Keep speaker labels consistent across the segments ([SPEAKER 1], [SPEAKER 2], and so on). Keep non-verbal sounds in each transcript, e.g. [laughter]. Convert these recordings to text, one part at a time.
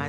[SPEAKER 1] my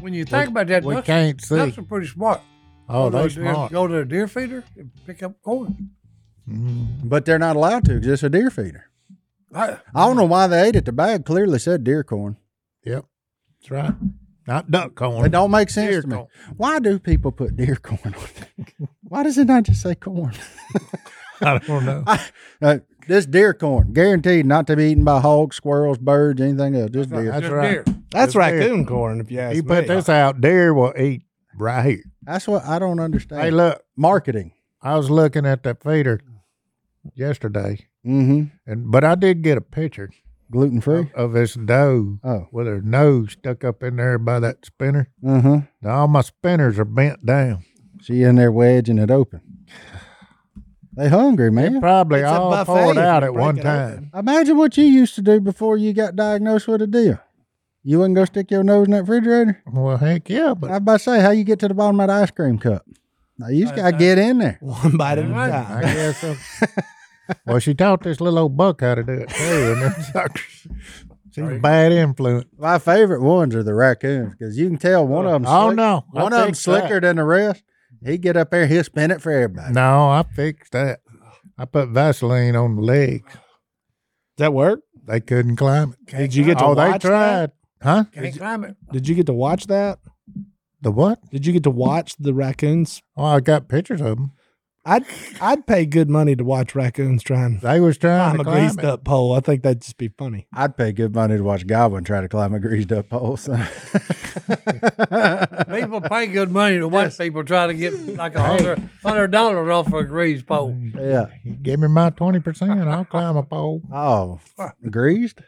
[SPEAKER 2] When you think about that,
[SPEAKER 3] we
[SPEAKER 2] ducks,
[SPEAKER 3] can't see.
[SPEAKER 2] ducks are pretty smart. go
[SPEAKER 3] Oh, they
[SPEAKER 2] to a deer-
[SPEAKER 3] smart.
[SPEAKER 2] Go to a deer feeder and pick up corn.
[SPEAKER 3] But they're not allowed to because it's a deer feeder.
[SPEAKER 2] I,
[SPEAKER 3] I don't know why they ate it. The bag clearly said deer corn.
[SPEAKER 4] Yep, that's right. Not duck corn.
[SPEAKER 3] It don't make sense
[SPEAKER 4] Deer
[SPEAKER 3] to me.
[SPEAKER 4] corn.
[SPEAKER 3] Why do people put deer corn on it? Why does it not just say corn?
[SPEAKER 4] [laughs] I don't know.
[SPEAKER 3] I- uh, this deer corn, guaranteed not to be eaten by hogs, squirrels, birds, anything else. Just deer.
[SPEAKER 4] That's
[SPEAKER 2] just
[SPEAKER 4] right.
[SPEAKER 2] deer.
[SPEAKER 5] That's
[SPEAKER 4] It's deer.
[SPEAKER 5] raccoon corn, if you ask
[SPEAKER 4] He
[SPEAKER 5] me.
[SPEAKER 4] put this out. Deer will eat right here.
[SPEAKER 3] That's what I don't understand.
[SPEAKER 4] Hey, look.
[SPEAKER 3] marketing.
[SPEAKER 4] I was looking at that feeder yesterday,
[SPEAKER 3] Mm-hmm.
[SPEAKER 4] and but I did get a picture
[SPEAKER 3] Gluten
[SPEAKER 4] of,
[SPEAKER 3] free.
[SPEAKER 4] of this doe
[SPEAKER 3] Oh.
[SPEAKER 4] with her nose stuck up in there by that spinner.
[SPEAKER 3] Uh huh.
[SPEAKER 4] Now all my spinners are bent down.
[SPEAKER 3] She in there wedging it open. They hungry, man.
[SPEAKER 4] Probably
[SPEAKER 5] It's a
[SPEAKER 4] all
[SPEAKER 5] buffet if
[SPEAKER 4] poured
[SPEAKER 5] you
[SPEAKER 4] out at
[SPEAKER 5] break
[SPEAKER 4] one
[SPEAKER 5] it
[SPEAKER 4] time.
[SPEAKER 3] Imagine what you used to do before you got diagnosed with a deal. You wouldn't go stick your nose in that refrigerator.
[SPEAKER 4] Well, heck yeah,
[SPEAKER 3] I
[SPEAKER 4] but
[SPEAKER 3] was about to say how you get to the bottom of that ice cream cup. Now you just gotta get in there.
[SPEAKER 5] [laughs] One bite at a
[SPEAKER 4] I
[SPEAKER 5] time.
[SPEAKER 4] guess. I'm- well, she taught this little old buck how to do it too, and them suckers. [laughs] She's a bad influence.
[SPEAKER 3] My favorite ones are the raccoons because you can tell one of them.
[SPEAKER 4] Oh, no. I
[SPEAKER 3] one of them
[SPEAKER 4] fixed
[SPEAKER 3] slicker
[SPEAKER 4] that.
[SPEAKER 3] than the rest. He get up there, he'll spin it for everybody.
[SPEAKER 4] No, I fixed that. I put Vaseline on the legs.
[SPEAKER 5] that work?
[SPEAKER 4] They couldn't climb it.
[SPEAKER 5] Did you get to
[SPEAKER 4] oh, they
[SPEAKER 5] watch
[SPEAKER 4] tried. Huh?
[SPEAKER 2] Can't climb it.
[SPEAKER 5] Did you get to watch that?
[SPEAKER 4] The what?
[SPEAKER 5] Did you get to watch the raccoons?
[SPEAKER 4] Oh, I got pictures of them.
[SPEAKER 5] I'd I'd pay good money to watch raccoons trying to
[SPEAKER 4] They was trying
[SPEAKER 5] climb
[SPEAKER 4] to
[SPEAKER 5] a
[SPEAKER 4] climb
[SPEAKER 5] greased
[SPEAKER 4] it.
[SPEAKER 5] up pole. I think that'd just be
[SPEAKER 4] [laughs]
[SPEAKER 5] funny.
[SPEAKER 3] I'd pay good money to watch Godwin try to climb a greased up pole. So.
[SPEAKER 2] People pay good money to watch people try to get like a hundred hundred dollars off a grease pole.
[SPEAKER 3] [laughs] yeah.
[SPEAKER 4] You give me my twenty percent, I'll climb a pole.
[SPEAKER 3] Oh, greased.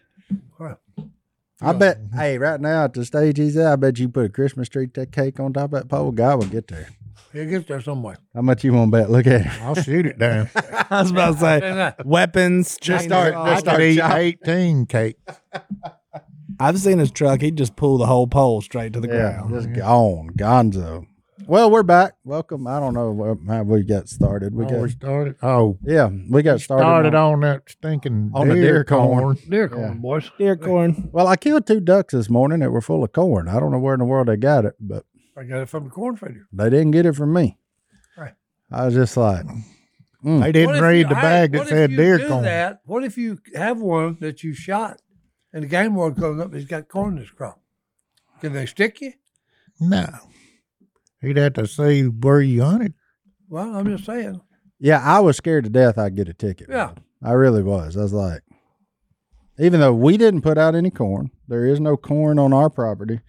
[SPEAKER 3] I bet. Hey, right now at the stage he's at, I bet you put a Christmas tree t- cake on top of that pole. God will get there.
[SPEAKER 2] It gets there somewhere.
[SPEAKER 3] How much you want to bet? Look at [laughs] him.
[SPEAKER 4] I'll shoot it down.
[SPEAKER 5] I was about to say [laughs] weapons. Just
[SPEAKER 3] start-
[SPEAKER 4] I could eat eighteen cake.
[SPEAKER 5] I've seen his truck. He'd just pull the whole pole straight to the
[SPEAKER 3] Yeah,
[SPEAKER 5] ground.
[SPEAKER 3] just gone, Gonzo. Well, we're back. Welcome. I don't know wh- how we got started. We
[SPEAKER 4] Oh, we
[SPEAKER 3] got
[SPEAKER 4] started. Oh,
[SPEAKER 3] yeah, we got started.
[SPEAKER 4] started
[SPEAKER 3] on-
[SPEAKER 4] on that stinking
[SPEAKER 3] On the
[SPEAKER 4] deer,
[SPEAKER 3] deer corn.
[SPEAKER 4] corn.
[SPEAKER 2] Deer corn, boys.
[SPEAKER 5] Deer corn.
[SPEAKER 3] Well, I killed two ducks this morning that were full of corn. I don't know where in the world they got it, but
[SPEAKER 2] I got it from the corn feeder.
[SPEAKER 3] they didn't get it from me.
[SPEAKER 2] Right.
[SPEAKER 3] I was just like,
[SPEAKER 4] They
[SPEAKER 2] What
[SPEAKER 4] didn't
[SPEAKER 2] if
[SPEAKER 4] read
[SPEAKER 2] you-
[SPEAKER 4] the
[SPEAKER 2] all right,
[SPEAKER 4] bag that
[SPEAKER 2] what if
[SPEAKER 4] said
[SPEAKER 2] you
[SPEAKER 4] deer
[SPEAKER 2] do
[SPEAKER 4] corn.
[SPEAKER 2] That, what if you have one that you shot and the game warden comes up and he's got corn in his crop? Can they stick you?
[SPEAKER 4] No, he'd have to see where you hunted.
[SPEAKER 2] Well, I'm just saying.
[SPEAKER 3] yeah, I was scared to death I'd get a ticket.
[SPEAKER 2] Yeah.
[SPEAKER 3] I really was. I was like, even though we didn't put out any corn, there is no corn on our property.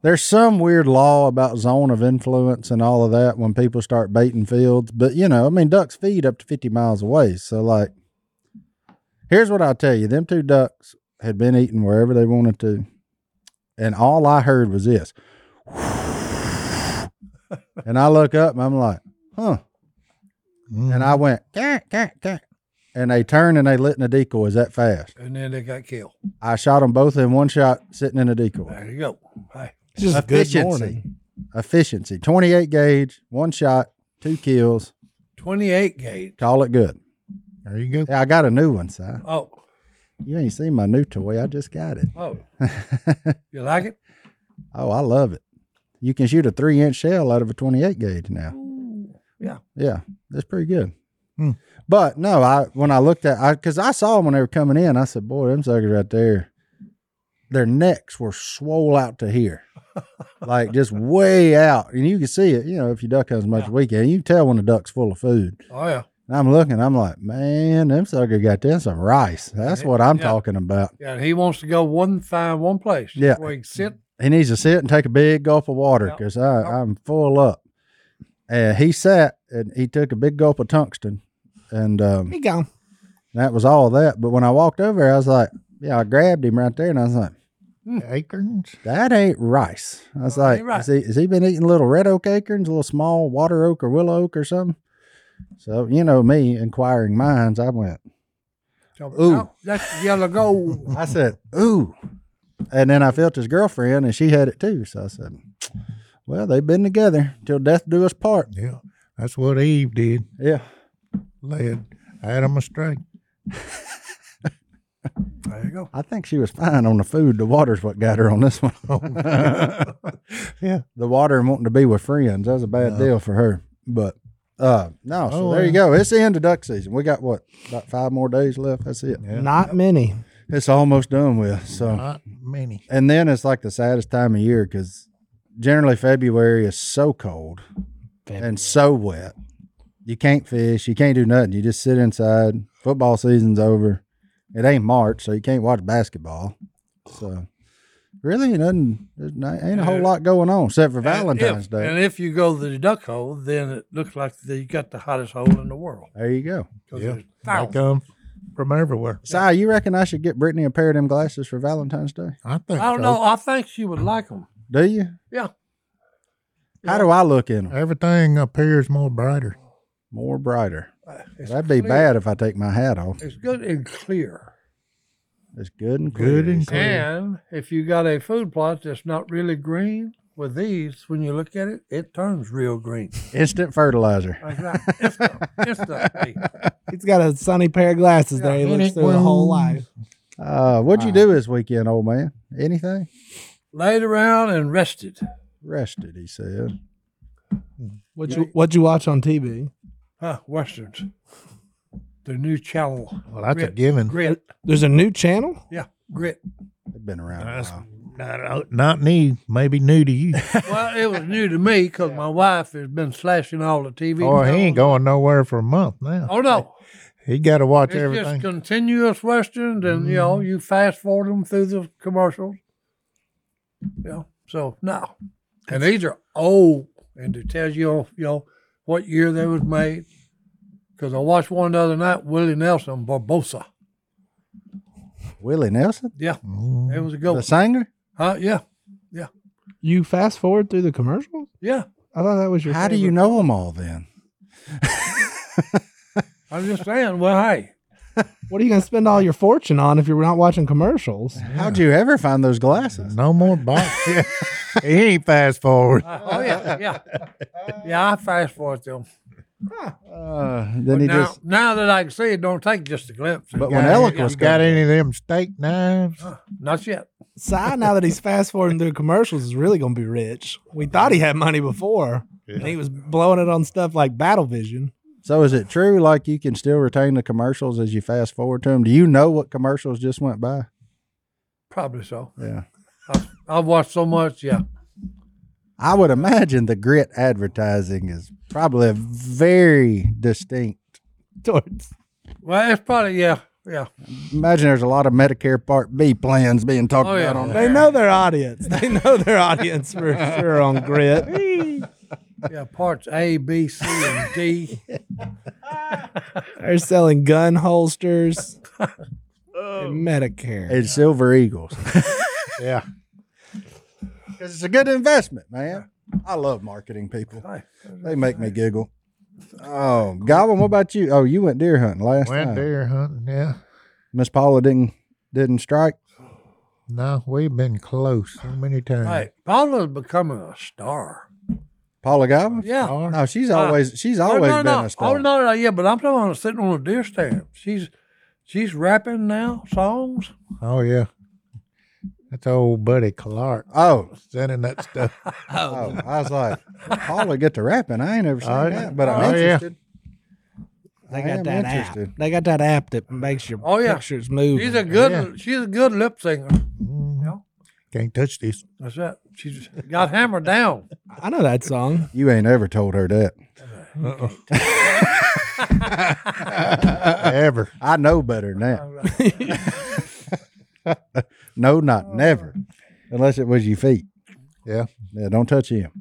[SPEAKER 3] There's some weird law about zone of influence and all of that when people start baiting fields. But, you know, I mean, ducks feed up to 50 miles away. So, like, here's what I'll tell you them two ducks had been eating wherever they wanted to. And all I heard was this. [laughs] and I look up and I'm like, huh. And I went, cat, cat, cat. And they turned and they lit in the decoys that fast.
[SPEAKER 2] And then they got killed.
[SPEAKER 3] I shot them both in one shot, sitting in a decoy.
[SPEAKER 2] There you go. Hey,
[SPEAKER 5] It's just good
[SPEAKER 3] Efficiency.
[SPEAKER 5] morning.
[SPEAKER 3] Efficiency. 28 gauge, one shot, two kills.
[SPEAKER 2] 28 gauge.
[SPEAKER 3] Call it good.
[SPEAKER 4] There you go.
[SPEAKER 3] Yeah, I got a new one, Si.
[SPEAKER 2] Oh,
[SPEAKER 3] You ain't seen my new toy. I just got it. [laughs]
[SPEAKER 2] oh. you like it?
[SPEAKER 3] Oh, I love it. You can shoot a three inch shell out of a 28 gauge now.
[SPEAKER 2] yeah.
[SPEAKER 3] Yeah. That's pretty good. But no, I when I looked at I because I saw them when they were coming in, I said, "Boy, them suckers right there, their necks were swole out to here, like just way out." And you can see it, you know, if you duck hunt as much as we can, you can tell when the duck's full of food.
[SPEAKER 2] Oh, yeah.
[SPEAKER 3] And I'm looking, I'm like, "Man, them sucker got them some rice." That's what I'm
[SPEAKER 2] Yeah.
[SPEAKER 3] talking about.
[SPEAKER 2] Yeah, and he wants to go one find one place.
[SPEAKER 3] Yeah.
[SPEAKER 2] Where he can sit.
[SPEAKER 3] He needs to sit and take a big gulp of water
[SPEAKER 2] Yeah.
[SPEAKER 3] because I'm full up. And he sat and he took a big gulp of tungsten, and um,
[SPEAKER 5] He gone.
[SPEAKER 3] And that was all that. But when I walked over, there, I was like, yeah, I grabbed him right there and I was like,
[SPEAKER 2] Hmm.
[SPEAKER 4] Acorns.
[SPEAKER 3] that ain't rice. I was like,
[SPEAKER 2] ain't right.
[SPEAKER 3] has, he, has he been eating little red oak acorns, little small water oak or willow oak or something? So, you know, me inquiring minds, I went,
[SPEAKER 2] So,
[SPEAKER 3] Ooh.
[SPEAKER 2] oh, that's yellow gold.
[SPEAKER 3] I said, ooh. And then I felt his girlfriend and she had it too. So I said, well, they've been together till death do us part.
[SPEAKER 4] Yeah, that's what Eve did.
[SPEAKER 3] Yeah.
[SPEAKER 4] Led Adam astray.
[SPEAKER 2] [laughs] There you go.
[SPEAKER 3] I think she was fine on the food. The water's what got her on this one. [laughs]
[SPEAKER 4] Yeah.
[SPEAKER 3] the water and wanting to be with friends. That was a bad deal for her. But uh no, so
[SPEAKER 4] Oh,
[SPEAKER 3] there you
[SPEAKER 4] well.
[SPEAKER 3] go. It's the end of duck season. We got what, about five more days left. That's it.
[SPEAKER 4] Yeah.
[SPEAKER 5] Not many.
[SPEAKER 3] It's almost done with. So
[SPEAKER 4] Not many.
[SPEAKER 3] and then it's like the saddest time of year because generally February is so cold and so wet. You can't fish. You can't do nothing. You just sit inside. Football season's over. It ain't March, so you can't watch basketball. So really, nothing. There's not, ain't a whole lot going on except for [laughs] Valentine's
[SPEAKER 2] And if,
[SPEAKER 3] Day.
[SPEAKER 2] And if you go to the duck hole, then it looks like the, you got the hottest hole in the world.
[SPEAKER 3] there you go.
[SPEAKER 2] 'Cause
[SPEAKER 4] Yeah.
[SPEAKER 2] there's
[SPEAKER 4] They
[SPEAKER 2] thousands.
[SPEAKER 4] come from everywhere.
[SPEAKER 3] Si, you reckon I should get Brittany a pair of them glasses for Valentine's Day?
[SPEAKER 4] I think.
[SPEAKER 2] I don't
[SPEAKER 4] so.
[SPEAKER 2] know. I think she would like them.
[SPEAKER 3] Do you?
[SPEAKER 2] Yeah.
[SPEAKER 3] How do I look in them?
[SPEAKER 4] Everything appears more brighter.
[SPEAKER 3] More brighter.
[SPEAKER 2] It's
[SPEAKER 3] That'd be
[SPEAKER 2] clear.
[SPEAKER 3] bad if I take my hat off.
[SPEAKER 2] It's good and clear.
[SPEAKER 3] It's good and clear.
[SPEAKER 4] Good and clear.
[SPEAKER 2] And if you got a food plot that's not really green, with these, when you look at it, it turns real green.
[SPEAKER 3] Instant fertilizer.
[SPEAKER 2] Like that. Instant- instantly.
[SPEAKER 5] He's got a sunny pair of glasses there. He
[SPEAKER 4] Yeah,
[SPEAKER 5] looks
[SPEAKER 4] minute
[SPEAKER 5] through the whole
[SPEAKER 4] ones.
[SPEAKER 5] life.
[SPEAKER 3] Uh, what'd you do this weekend, old man? Anything?
[SPEAKER 2] Laid around and rested.
[SPEAKER 3] Rested, he said.
[SPEAKER 5] What you What you watch on TV?
[SPEAKER 2] Huh, Westerns. The new channel.
[SPEAKER 4] Well, that's a
[SPEAKER 2] Grit.
[SPEAKER 4] given.
[SPEAKER 2] Grit.
[SPEAKER 5] There's a new channel.
[SPEAKER 2] Yeah, grit.
[SPEAKER 3] They've been around
[SPEAKER 4] That's
[SPEAKER 3] a while.
[SPEAKER 4] not, not new, maybe new
[SPEAKER 2] [laughs]
[SPEAKER 4] to you.
[SPEAKER 2] Well, it was new to me because my wife has been slashing all the TV.
[SPEAKER 4] Boy, Oh, he ain't
[SPEAKER 2] shows.
[SPEAKER 4] going nowhere for a month now.
[SPEAKER 2] Oh, no.
[SPEAKER 4] He got to watch
[SPEAKER 2] It's
[SPEAKER 4] everything. Mm-hmm.
[SPEAKER 2] just continuous Westerns, and, you know, you fast forward them through the commercials. You know, so, no. And these are old, and it tells you, you know, what year they was made. Because I watched one the other night, Willie Nelson, Barbosa.
[SPEAKER 3] Willie Nelson,
[SPEAKER 2] Yeah,
[SPEAKER 4] Mm.
[SPEAKER 2] it was a good
[SPEAKER 3] the
[SPEAKER 2] one.
[SPEAKER 3] singer.
[SPEAKER 2] Huh? Yeah,
[SPEAKER 5] You fast forward through the commercials.
[SPEAKER 2] yeah.
[SPEAKER 5] I thought that was your.
[SPEAKER 3] How do you
[SPEAKER 5] favorite.
[SPEAKER 3] know them all then?
[SPEAKER 2] I'm just saying, well, hey,
[SPEAKER 5] What are you going to spend all your fortune on if you're not watching commercials?
[SPEAKER 3] How'd you ever find those glasses?
[SPEAKER 4] No more box. [laughs] Yeah. he ain't fast forward.
[SPEAKER 2] Uh, oh yeah, yeah, yeah. I fast forward through them.
[SPEAKER 3] Uh,
[SPEAKER 2] But
[SPEAKER 3] then he
[SPEAKER 2] now,
[SPEAKER 3] just.
[SPEAKER 2] now that I can see it, don't take just a glimpse.
[SPEAKER 3] But
[SPEAKER 4] Got
[SPEAKER 3] [laughs] when
[SPEAKER 4] any-
[SPEAKER 3] Eloquist
[SPEAKER 4] got any of them steak knives?
[SPEAKER 2] Not yet.
[SPEAKER 5] [laughs] Si, now that he's fast forwarding through commercials, is really going to be rich. We thought he had money before, and he was blowing it on stuff like Battle Vision.
[SPEAKER 3] So is it true? Like you can still retain the commercials as you fast forward to them? Do you know what commercials just went by?
[SPEAKER 2] Probably so.
[SPEAKER 3] Yeah.
[SPEAKER 2] I've, I've watched so much. Yeah.
[SPEAKER 3] I would imagine the grit advertising is probably a very distinct.
[SPEAKER 5] Towards
[SPEAKER 2] Well, it's probably yeah, yeah.
[SPEAKER 3] Imagine there's a lot of Medicare Part B plans being talked
[SPEAKER 2] Oh, yeah.
[SPEAKER 3] about on
[SPEAKER 5] they know their audience. They know their audience for sure on Grit.
[SPEAKER 2] Yeah, parts A, B, C, and
[SPEAKER 3] [laughs]
[SPEAKER 2] D.
[SPEAKER 5] They're selling gun holsters and Medicare.
[SPEAKER 3] and
[SPEAKER 2] [laughs]
[SPEAKER 3] Silver Eagles.
[SPEAKER 4] Yeah.
[SPEAKER 3] Because it's a good investment, man. I love marketing people. They make me giggle. Oh, Goblin, what about you? Oh, you went deer hunting last
[SPEAKER 4] Went
[SPEAKER 3] time.
[SPEAKER 4] deer hunting. Yeah.
[SPEAKER 3] Miss Paula didn't didn't strike.
[SPEAKER 4] No, we've been close so many times.
[SPEAKER 2] Hey, Paula's becoming a star.
[SPEAKER 3] Paula Goblin?
[SPEAKER 2] Yeah.
[SPEAKER 4] Or-
[SPEAKER 3] No, she's always she's always
[SPEAKER 2] Ah. no, no,
[SPEAKER 3] been
[SPEAKER 2] no.
[SPEAKER 3] a star.
[SPEAKER 2] Oh no, no, yeah, but I'm talking about sitting on a deer stand. She's she's rapping now songs.
[SPEAKER 4] Oh, yeah. That's old buddy Clark
[SPEAKER 3] Oh,
[SPEAKER 4] sending that
[SPEAKER 3] [laughs]
[SPEAKER 4] stuff.
[SPEAKER 3] oh, I was like, Paula get to rapping. I ain't ever seen
[SPEAKER 4] Oh,
[SPEAKER 3] that, but I'm
[SPEAKER 4] oh, yeah.
[SPEAKER 3] interested.
[SPEAKER 5] They
[SPEAKER 3] I am
[SPEAKER 5] got that
[SPEAKER 3] interested.
[SPEAKER 5] app. They got that app that makes your
[SPEAKER 2] Oh, yeah.
[SPEAKER 5] pictures move.
[SPEAKER 2] She's a good
[SPEAKER 4] Yeah.
[SPEAKER 2] she's a good lip singer.
[SPEAKER 4] Mm,
[SPEAKER 2] Yeah.
[SPEAKER 4] Can't touch this.
[SPEAKER 2] That's it. She got hammered down.
[SPEAKER 5] I know that song.
[SPEAKER 3] You ain't ever told her that.
[SPEAKER 4] Uh-uh. [laughs] Ever.
[SPEAKER 3] I know better now. [laughs] No, not never, unless it was your feet.
[SPEAKER 4] Yeah.
[SPEAKER 3] Yeah, don't touch him.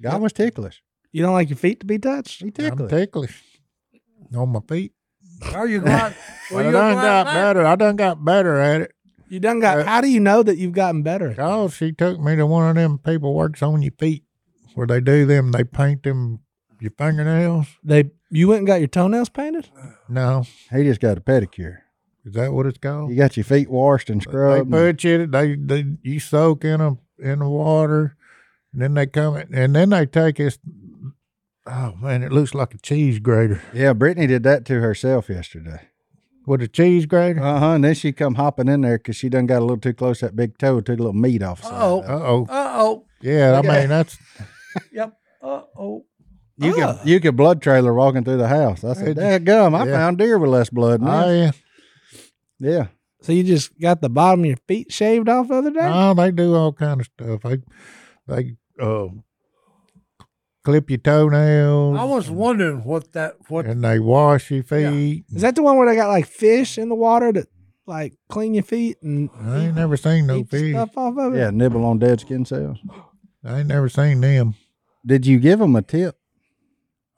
[SPEAKER 3] God was ticklish.
[SPEAKER 5] You don't like your feet to be touched?
[SPEAKER 3] He
[SPEAKER 4] I'm
[SPEAKER 3] ticklish.
[SPEAKER 4] ticklish. On my feet.
[SPEAKER 2] Are you glad?
[SPEAKER 4] [laughs] Well, I done got better. I done got better at it.
[SPEAKER 5] You done
[SPEAKER 4] Uh,
[SPEAKER 5] got. how do you know that you've gotten better?
[SPEAKER 4] Oh, she took me to one of them people works on your feet, where they do them. They paint them your fingernails.
[SPEAKER 5] They you went and got your toenails painted?
[SPEAKER 4] No,
[SPEAKER 3] He just got a pedicure.
[SPEAKER 4] is that what it's called?
[SPEAKER 3] You got your feet washed and
[SPEAKER 4] They
[SPEAKER 3] scrubbed.
[SPEAKER 4] put you. They, they you soak in them in the water, and then they come in- and then they take this. Oh man, it looks like a cheese grater.
[SPEAKER 3] yeah, Brittany did that to herself yesterday.
[SPEAKER 4] With a cheese grater.
[SPEAKER 3] Uh huh. And then she come hopping in there because she done got a little too close to that big toe, took a little meat off. the side
[SPEAKER 2] Oh.
[SPEAKER 3] of it.
[SPEAKER 4] Uh oh.
[SPEAKER 2] Uh oh.
[SPEAKER 4] Yeah, I
[SPEAKER 3] Okay.
[SPEAKER 4] mean that's
[SPEAKER 2] Yep. Uh oh.
[SPEAKER 3] you
[SPEAKER 5] Ah.
[SPEAKER 3] could you could blood trailer walking through the house. I
[SPEAKER 4] Did
[SPEAKER 3] said, "Dad gum, I
[SPEAKER 4] Yeah.
[SPEAKER 3] found deer with less blood." In
[SPEAKER 4] I
[SPEAKER 3] it."
[SPEAKER 4] yeah.
[SPEAKER 3] yeah,
[SPEAKER 5] So you just got the bottom of your feet shaved off the other day?
[SPEAKER 4] Oh, they do all kind of stuff. They they uh, clip your toenails.
[SPEAKER 2] I was wondering what that what
[SPEAKER 4] and they wash your feet.
[SPEAKER 5] Is that the one where they got like fish in the water to like clean your feet and
[SPEAKER 4] I ain't never seen no
[SPEAKER 5] eat the
[SPEAKER 4] fish.
[SPEAKER 5] stuff off of it?
[SPEAKER 3] yeah, nibble on dead skin cells.
[SPEAKER 4] I ain't never seen them.
[SPEAKER 3] Did you give them a tip?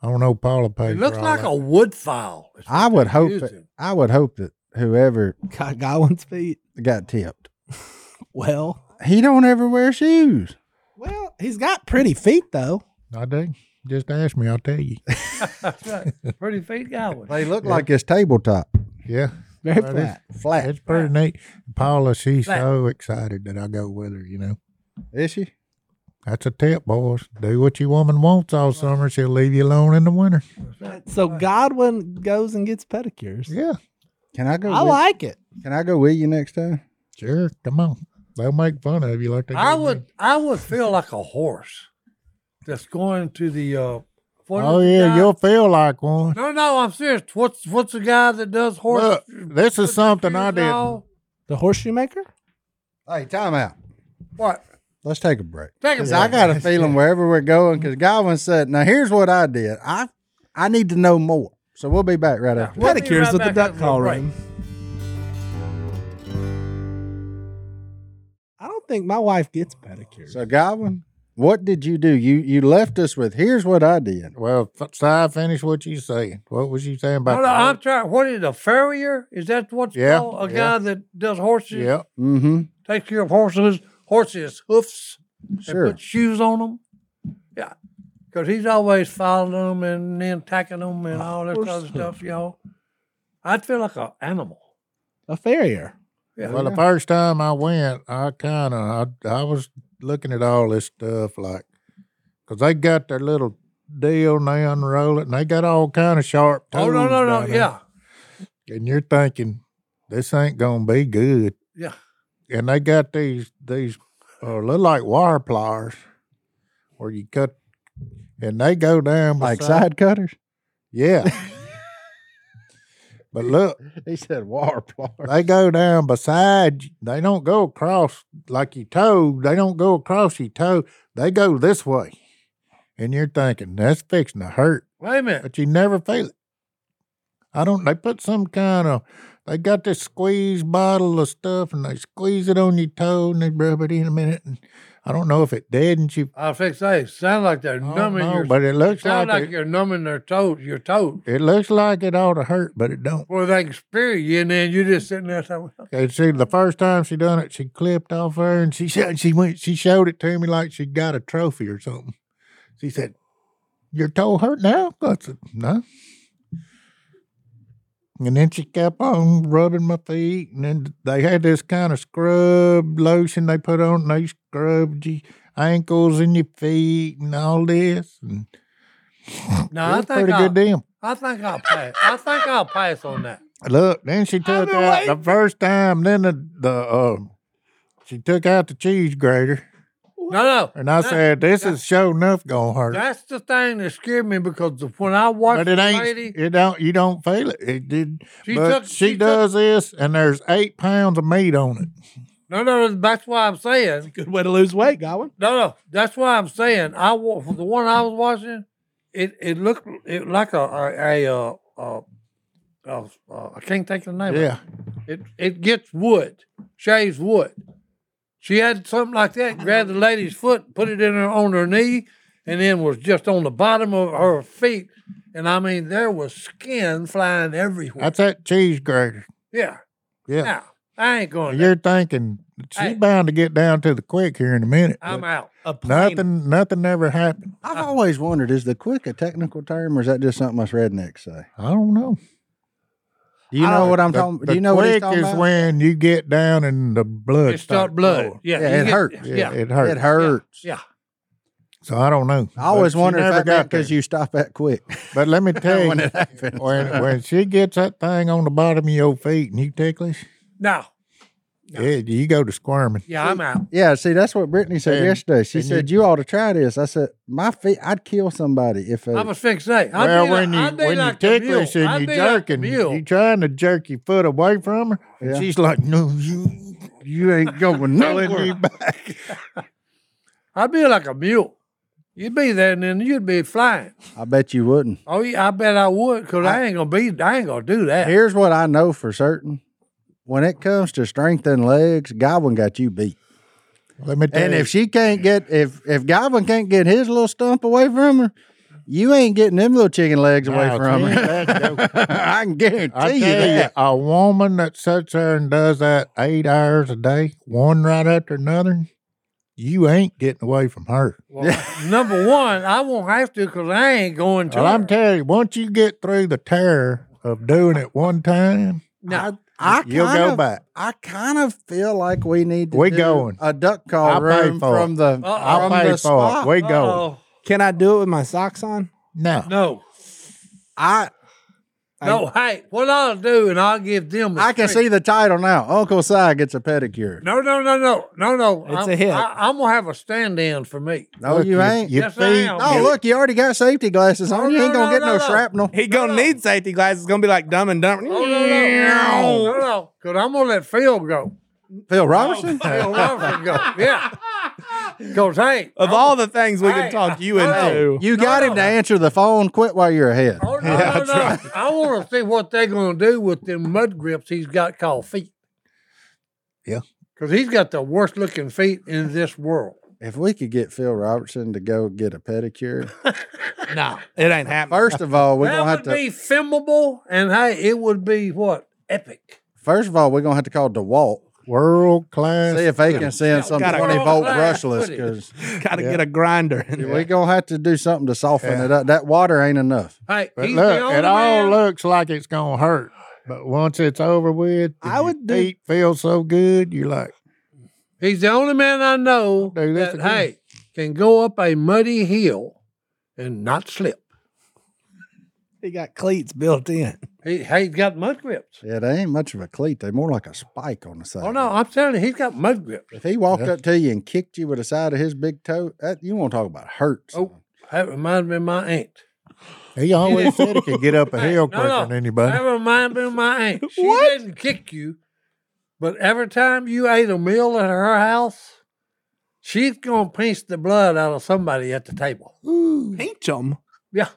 [SPEAKER 4] I don't know Paula paid.
[SPEAKER 2] it
[SPEAKER 4] for
[SPEAKER 2] looks
[SPEAKER 4] all
[SPEAKER 2] like
[SPEAKER 4] that.
[SPEAKER 2] a wood file.
[SPEAKER 3] I would hope.
[SPEAKER 2] used
[SPEAKER 3] That,
[SPEAKER 2] him.
[SPEAKER 3] I would hope that whoever
[SPEAKER 5] [laughs] Got Godwin's feet.
[SPEAKER 3] got tipped,
[SPEAKER 5] Well,
[SPEAKER 3] he don't ever wear shoes.
[SPEAKER 5] well, he's got pretty feet though.
[SPEAKER 4] I do. Just ask me, I'll tell you.
[SPEAKER 2] [laughs]
[SPEAKER 4] [laughs]
[SPEAKER 2] That's right. Pretty feet guy one.
[SPEAKER 3] They look like it's tabletop
[SPEAKER 4] Yeah,
[SPEAKER 5] Very
[SPEAKER 4] That is-
[SPEAKER 5] flat.
[SPEAKER 3] flat.
[SPEAKER 4] it's pretty neat. Paula, she's
[SPEAKER 2] Right.
[SPEAKER 4] so excited that I go with her. You know,
[SPEAKER 3] Is she?
[SPEAKER 4] that's a tip, boys. Do what your woman wants all summer. She'll leave you alone in the winter.
[SPEAKER 5] So Godwin goes and gets pedicures.
[SPEAKER 4] Yeah,
[SPEAKER 3] Can I go?
[SPEAKER 5] I
[SPEAKER 3] with,
[SPEAKER 5] like it.
[SPEAKER 3] Can I go with you next time?
[SPEAKER 4] sure. Come on, they'll make fun of you like they.
[SPEAKER 2] I
[SPEAKER 4] do me.
[SPEAKER 2] would I would feel like a horse that's going to the uh what
[SPEAKER 4] Oh
[SPEAKER 2] is the
[SPEAKER 4] yeah,
[SPEAKER 2] guy-
[SPEAKER 4] you'll feel like one.
[SPEAKER 2] No no I'm serious. What's what's the guy that does horse
[SPEAKER 4] Look, this is something I
[SPEAKER 2] shoes and
[SPEAKER 4] didn't.
[SPEAKER 2] all?
[SPEAKER 5] The horseshoe maker?
[SPEAKER 3] Hey, time out.
[SPEAKER 2] What?
[SPEAKER 3] Let's take a break.
[SPEAKER 2] Take a
[SPEAKER 3] Because I got a feeling wherever we're going, because Godwin said, now here's what I did. I I need to know more. So we'll be back right after.
[SPEAKER 2] We'll be
[SPEAKER 5] pedicures
[SPEAKER 2] right
[SPEAKER 5] with the
[SPEAKER 2] back
[SPEAKER 5] duck
[SPEAKER 2] after
[SPEAKER 5] call
[SPEAKER 2] the break.
[SPEAKER 5] ring. I don't think my wife gets pedicures.
[SPEAKER 3] So Godwin, what did you do? You you left us with here's what I did.
[SPEAKER 4] Well, f- Si, finish what you saying. What was you saying
[SPEAKER 2] No,
[SPEAKER 4] about?
[SPEAKER 2] no, I'm trying. What is it, a farrier? Is that what's
[SPEAKER 4] Yeah,
[SPEAKER 2] called? A
[SPEAKER 4] yeah.
[SPEAKER 2] guy that does horses,
[SPEAKER 4] yeah,
[SPEAKER 3] Mm-hmm.
[SPEAKER 2] takes care of horses, horses' hoofs,
[SPEAKER 3] Sure.
[SPEAKER 2] and puts shoes on them. Yeah, because he's always filing them and then tacking them and all this other stuff, y'all. I'd feel like an animal.
[SPEAKER 5] A farrier.
[SPEAKER 2] Yeah.
[SPEAKER 4] Well, the first time I went, I kind of I, I was looking at all this stuff like, cause they got their little deal and they unroll it and they got all kind of sharp.
[SPEAKER 2] oh no,
[SPEAKER 4] tools
[SPEAKER 2] no, no.
[SPEAKER 4] down there.
[SPEAKER 2] Yeah,
[SPEAKER 4] And you're thinking this ain't gonna be good.
[SPEAKER 2] yeah.
[SPEAKER 4] and they got these these uh, look like wire pliers where you cut and they go down
[SPEAKER 3] Like
[SPEAKER 4] beside-
[SPEAKER 3] side cutters?
[SPEAKER 4] yeah
[SPEAKER 2] [laughs]
[SPEAKER 4] but look
[SPEAKER 3] He said war pliers.
[SPEAKER 4] they go down beside you. they don't go across like your toe they don't go across your toe they go this way and you're thinking that's fixing to hurt
[SPEAKER 2] Wait a minute.
[SPEAKER 4] but you never feel it i don't they put some kind of they got this squeeze bottle of stuff and they squeeze it on your toe and they rub it in a minute and i don't know if it deadens you
[SPEAKER 2] I fix that. Sound like they're
[SPEAKER 4] I don't
[SPEAKER 2] numbing
[SPEAKER 4] know,
[SPEAKER 2] your.
[SPEAKER 4] but it looks
[SPEAKER 2] sound
[SPEAKER 4] like,
[SPEAKER 2] like,
[SPEAKER 4] it,
[SPEAKER 2] you're numbing their toes. Your toes.
[SPEAKER 4] it looks like it ought to hurt but it don't
[SPEAKER 2] Well, they can spear you, and then you're just sitting there. Saying,
[SPEAKER 4] And she, the first time she done it, she clipped off her, and she said she went. She showed it to me like she got a trophy or something. She said, "Your toe hurt now?" I said, "No." And then she kept on rubbing my feet, and then they had this kind of scrub lotion they put on, and they scrubbed your ankles and your feet and all this. And
[SPEAKER 2] no,
[SPEAKER 4] it
[SPEAKER 2] I
[SPEAKER 4] was a
[SPEAKER 2] think
[SPEAKER 4] pretty
[SPEAKER 2] I'll,
[SPEAKER 4] good deal.
[SPEAKER 2] I think I'll pass. I think I'll pass on that.
[SPEAKER 4] Look, then she took
[SPEAKER 5] been
[SPEAKER 4] out the
[SPEAKER 5] waiting.
[SPEAKER 4] first time. Then the the uh, she took out the cheese grater,
[SPEAKER 2] No, no.
[SPEAKER 4] [laughs] and I
[SPEAKER 2] that-
[SPEAKER 4] said, "This is sure enough gonna hurt."
[SPEAKER 2] that's the thing that scared me because the- when I watched
[SPEAKER 4] but it
[SPEAKER 2] the
[SPEAKER 4] ain't.
[SPEAKER 2] lady,
[SPEAKER 4] It don't. You don't feel it. It did.
[SPEAKER 2] She
[SPEAKER 4] but
[SPEAKER 2] took-
[SPEAKER 4] she,
[SPEAKER 2] she took-
[SPEAKER 4] does this, and there's eight pounds of meat on it.
[SPEAKER 2] no, no, that's why I'm saying,
[SPEAKER 5] Good way to lose weight, Godwin.
[SPEAKER 2] no, no, that's why I'm saying. I wa- for the one I was watching, it it looked it like a a, a, uh, uh, uh, I can't think of the name. of it.
[SPEAKER 4] Yeah,
[SPEAKER 2] It it gets wood, shaves wood. She had something like that, grabbed the lady's foot, put it in her on her knee, and then was just on the bottom of her feet. And I mean, there was skin flying everywhere.
[SPEAKER 4] That's that cheese grater.
[SPEAKER 2] yeah.
[SPEAKER 4] Yeah.
[SPEAKER 2] Now, I ain't going.
[SPEAKER 4] You're thinking she's
[SPEAKER 2] Hey.
[SPEAKER 4] bound to get down to the quick here in a minute.
[SPEAKER 2] I'm
[SPEAKER 4] but
[SPEAKER 2] out.
[SPEAKER 5] A plane-
[SPEAKER 4] Nothing, nothing ever happened.
[SPEAKER 3] I've always wondered is the quick a technical term or is that just something us rednecks say?
[SPEAKER 4] I don't know.
[SPEAKER 3] Do you
[SPEAKER 5] I
[SPEAKER 3] know
[SPEAKER 5] don't-
[SPEAKER 3] what I'm
[SPEAKER 4] Uh, The-
[SPEAKER 3] talking
[SPEAKER 4] the
[SPEAKER 3] Do you know
[SPEAKER 4] quick
[SPEAKER 3] what he's talking
[SPEAKER 4] is
[SPEAKER 3] about?
[SPEAKER 4] when you get down and the blood.
[SPEAKER 2] It's not
[SPEAKER 4] starts
[SPEAKER 2] blood.
[SPEAKER 4] flowing.
[SPEAKER 2] Yeah,
[SPEAKER 3] Yeah,
[SPEAKER 2] you
[SPEAKER 3] it
[SPEAKER 2] get-
[SPEAKER 3] hurts.
[SPEAKER 4] Oh, Yeah,
[SPEAKER 2] Yeah,
[SPEAKER 4] it hurts.
[SPEAKER 3] It hurts.
[SPEAKER 2] yeah.
[SPEAKER 4] So I don't know.
[SPEAKER 3] I always
[SPEAKER 4] But she
[SPEAKER 3] wondered if
[SPEAKER 4] never
[SPEAKER 3] that
[SPEAKER 4] got
[SPEAKER 3] because
[SPEAKER 4] there.
[SPEAKER 3] you stop that quick.
[SPEAKER 4] But let
[SPEAKER 3] [laughs]
[SPEAKER 4] me tell you,
[SPEAKER 3] When
[SPEAKER 4] when,
[SPEAKER 3] it happens.
[SPEAKER 4] when, she gets that thing on the bottom of your feet and you ticklish,
[SPEAKER 2] No.
[SPEAKER 4] yeah, you go to squirming.
[SPEAKER 2] Yeah, I'm out.
[SPEAKER 3] Yeah, see, that's what Brittany said
[SPEAKER 4] And-
[SPEAKER 3] yesterday. She
[SPEAKER 4] and
[SPEAKER 3] said, you, ought to try this. I said, my feet, I'd kill somebody if
[SPEAKER 2] I
[SPEAKER 3] a,
[SPEAKER 2] was fixed to say. I'd
[SPEAKER 4] well,
[SPEAKER 2] be
[SPEAKER 4] when
[SPEAKER 2] like,
[SPEAKER 4] you
[SPEAKER 2] I'd be
[SPEAKER 4] when
[SPEAKER 2] like
[SPEAKER 4] you
[SPEAKER 2] the
[SPEAKER 4] ticklish
[SPEAKER 2] mule. I'd
[SPEAKER 4] and
[SPEAKER 2] be
[SPEAKER 4] you
[SPEAKER 2] like the
[SPEAKER 4] jerking,
[SPEAKER 2] mule.
[SPEAKER 4] you trying to jerk your foot away from her, and
[SPEAKER 3] Yeah.
[SPEAKER 4] she's like, "No, you
[SPEAKER 3] you ain't going
[SPEAKER 4] pulling me
[SPEAKER 3] nowhere.
[SPEAKER 4] back."
[SPEAKER 2] I'd be like a mule. You'd be there and then you'd be flying.
[SPEAKER 3] I bet you wouldn't.
[SPEAKER 2] Oh yeah, I bet I would, cause I, ain't gonna be. I ain't gonna do that.
[SPEAKER 3] Here's what I know for certain. When it comes to strength and legs, Godwin got you beat.
[SPEAKER 4] Let me tell
[SPEAKER 3] And
[SPEAKER 4] you,
[SPEAKER 3] if she can't get if if Godwin can't get his little stump away from her, you ain't getting them little chicken legs away
[SPEAKER 4] Nah,
[SPEAKER 3] from
[SPEAKER 4] she ain't
[SPEAKER 3] her. [laughs]
[SPEAKER 4] that joke.
[SPEAKER 3] I can guarantee
[SPEAKER 4] I
[SPEAKER 3] you
[SPEAKER 4] tell you,
[SPEAKER 3] that.
[SPEAKER 4] a woman that sits there and does that eight hours a day, one right after another, you ain't getting away from her.
[SPEAKER 2] Well, number one, I won't have to, cause I ain't going to.
[SPEAKER 4] Well,
[SPEAKER 2] her.
[SPEAKER 4] I'm telling you, once you get through the terror of doing it one time,
[SPEAKER 2] No.
[SPEAKER 3] I
[SPEAKER 4] you'll
[SPEAKER 3] kind
[SPEAKER 4] go
[SPEAKER 3] of-
[SPEAKER 4] back.
[SPEAKER 3] I kind of feel like we need to
[SPEAKER 4] We
[SPEAKER 3] do
[SPEAKER 4] going.
[SPEAKER 3] a duck
[SPEAKER 4] I'll
[SPEAKER 3] call
[SPEAKER 4] pay
[SPEAKER 3] room
[SPEAKER 4] for it.
[SPEAKER 3] from the
[SPEAKER 4] I'll
[SPEAKER 3] from
[SPEAKER 4] pay
[SPEAKER 3] the
[SPEAKER 4] for
[SPEAKER 3] spot.
[SPEAKER 4] it. We go.
[SPEAKER 2] Uh-oh.
[SPEAKER 5] Can I do it with my socks on?
[SPEAKER 4] No.
[SPEAKER 2] No,
[SPEAKER 3] I
[SPEAKER 2] no. Hey, what I'll do, and I'll give them. a
[SPEAKER 3] I can
[SPEAKER 2] treat.
[SPEAKER 3] see the title now. Uncle Si gets a pedicure.
[SPEAKER 2] No, no, no, no, no, no.
[SPEAKER 5] It's
[SPEAKER 2] I'm,
[SPEAKER 5] a hit.
[SPEAKER 2] I, am gonna have a stand-in for me.
[SPEAKER 3] No, you ain't.
[SPEAKER 4] Your
[SPEAKER 2] Yes, I
[SPEAKER 4] feet,
[SPEAKER 2] am. Oh,
[SPEAKER 3] Oh, look, you already got safety glasses on.
[SPEAKER 2] No,
[SPEAKER 3] you ain't
[SPEAKER 2] no,
[SPEAKER 3] gonna
[SPEAKER 2] no,
[SPEAKER 3] get no,
[SPEAKER 2] no, no.
[SPEAKER 3] shrapnel.
[SPEAKER 5] He gonna
[SPEAKER 2] no.
[SPEAKER 5] need safety glasses. It's gonna be like dumb and
[SPEAKER 2] Oh,
[SPEAKER 5] dumb.
[SPEAKER 2] no, no, no, no, no, cause I'm gonna let Phil go.
[SPEAKER 3] Phil Robertson?
[SPEAKER 2] Phil
[SPEAKER 3] [laughs]
[SPEAKER 2] Robertson go. Yeah. Cause hey,
[SPEAKER 5] Of all the things we
[SPEAKER 2] Hey,
[SPEAKER 5] can talk you
[SPEAKER 2] hey, Oh.
[SPEAKER 5] into,
[SPEAKER 3] You got
[SPEAKER 2] no.
[SPEAKER 3] him to answer the phone. Quit while you're ahead.
[SPEAKER 2] Oh, no, no, no. I want to see what they're going to do with them mud grips he's got called feet.
[SPEAKER 4] Yeah.
[SPEAKER 2] Because he's got the worst looking feet in this world.
[SPEAKER 3] If we could get Phil Robertson to go get a pedicure,
[SPEAKER 5] no, it ain't happening.
[SPEAKER 3] first of all,
[SPEAKER 2] [laughs]
[SPEAKER 3] we're
[SPEAKER 2] that
[SPEAKER 3] gonna have
[SPEAKER 2] would
[SPEAKER 3] to.
[SPEAKER 2] be filmable, and hey, it would be what? Epic.
[SPEAKER 3] First of all, we're gonna have to call DeWalt
[SPEAKER 4] world class.
[SPEAKER 3] see if they can send some
[SPEAKER 5] Gotta-
[SPEAKER 3] twenty volt
[SPEAKER 2] World-class
[SPEAKER 3] brushless
[SPEAKER 2] footage.
[SPEAKER 3] because
[SPEAKER 5] [laughs] Gotta get a grinder. In there.
[SPEAKER 3] we're gonna have to do something to soften it up. That water ain't enough.
[SPEAKER 2] Hey,
[SPEAKER 4] but
[SPEAKER 2] he's the
[SPEAKER 4] look,
[SPEAKER 2] only
[SPEAKER 4] it all
[SPEAKER 2] man-
[SPEAKER 4] looks like it's gonna hurt. But once it's over with,
[SPEAKER 5] I
[SPEAKER 4] I
[SPEAKER 5] would
[SPEAKER 4] would
[SPEAKER 5] do-
[SPEAKER 4] feet feel so good. You're like,
[SPEAKER 2] He's the only man I know
[SPEAKER 4] I'll do this
[SPEAKER 2] that
[SPEAKER 4] again.
[SPEAKER 2] hey can go up a muddy hill and not slip.
[SPEAKER 5] He got cleats built in.
[SPEAKER 2] He hey, he's got mud grips.
[SPEAKER 3] Yeah, they ain't much of a cleat. They more like a spike on the side.
[SPEAKER 2] Oh no, I'm telling you, he's got mud grips.
[SPEAKER 3] If he walked
[SPEAKER 4] Yeah.
[SPEAKER 3] up to you and kicked you with the side of his big toe, that, you want to talk about hurts.
[SPEAKER 2] Oh, that reminds me of my aunt.
[SPEAKER 4] he always said he could get up a
[SPEAKER 2] [laughs] Hey, no,
[SPEAKER 4] hill quicker
[SPEAKER 2] no.
[SPEAKER 4] than anybody.
[SPEAKER 2] That reminds me of my
[SPEAKER 3] [laughs]
[SPEAKER 2] aunt. She didn't kick you, but every time you ate a meal at her house, she's gonna pinch the blood out of somebody at the table.
[SPEAKER 5] Pinch them
[SPEAKER 2] Yeah.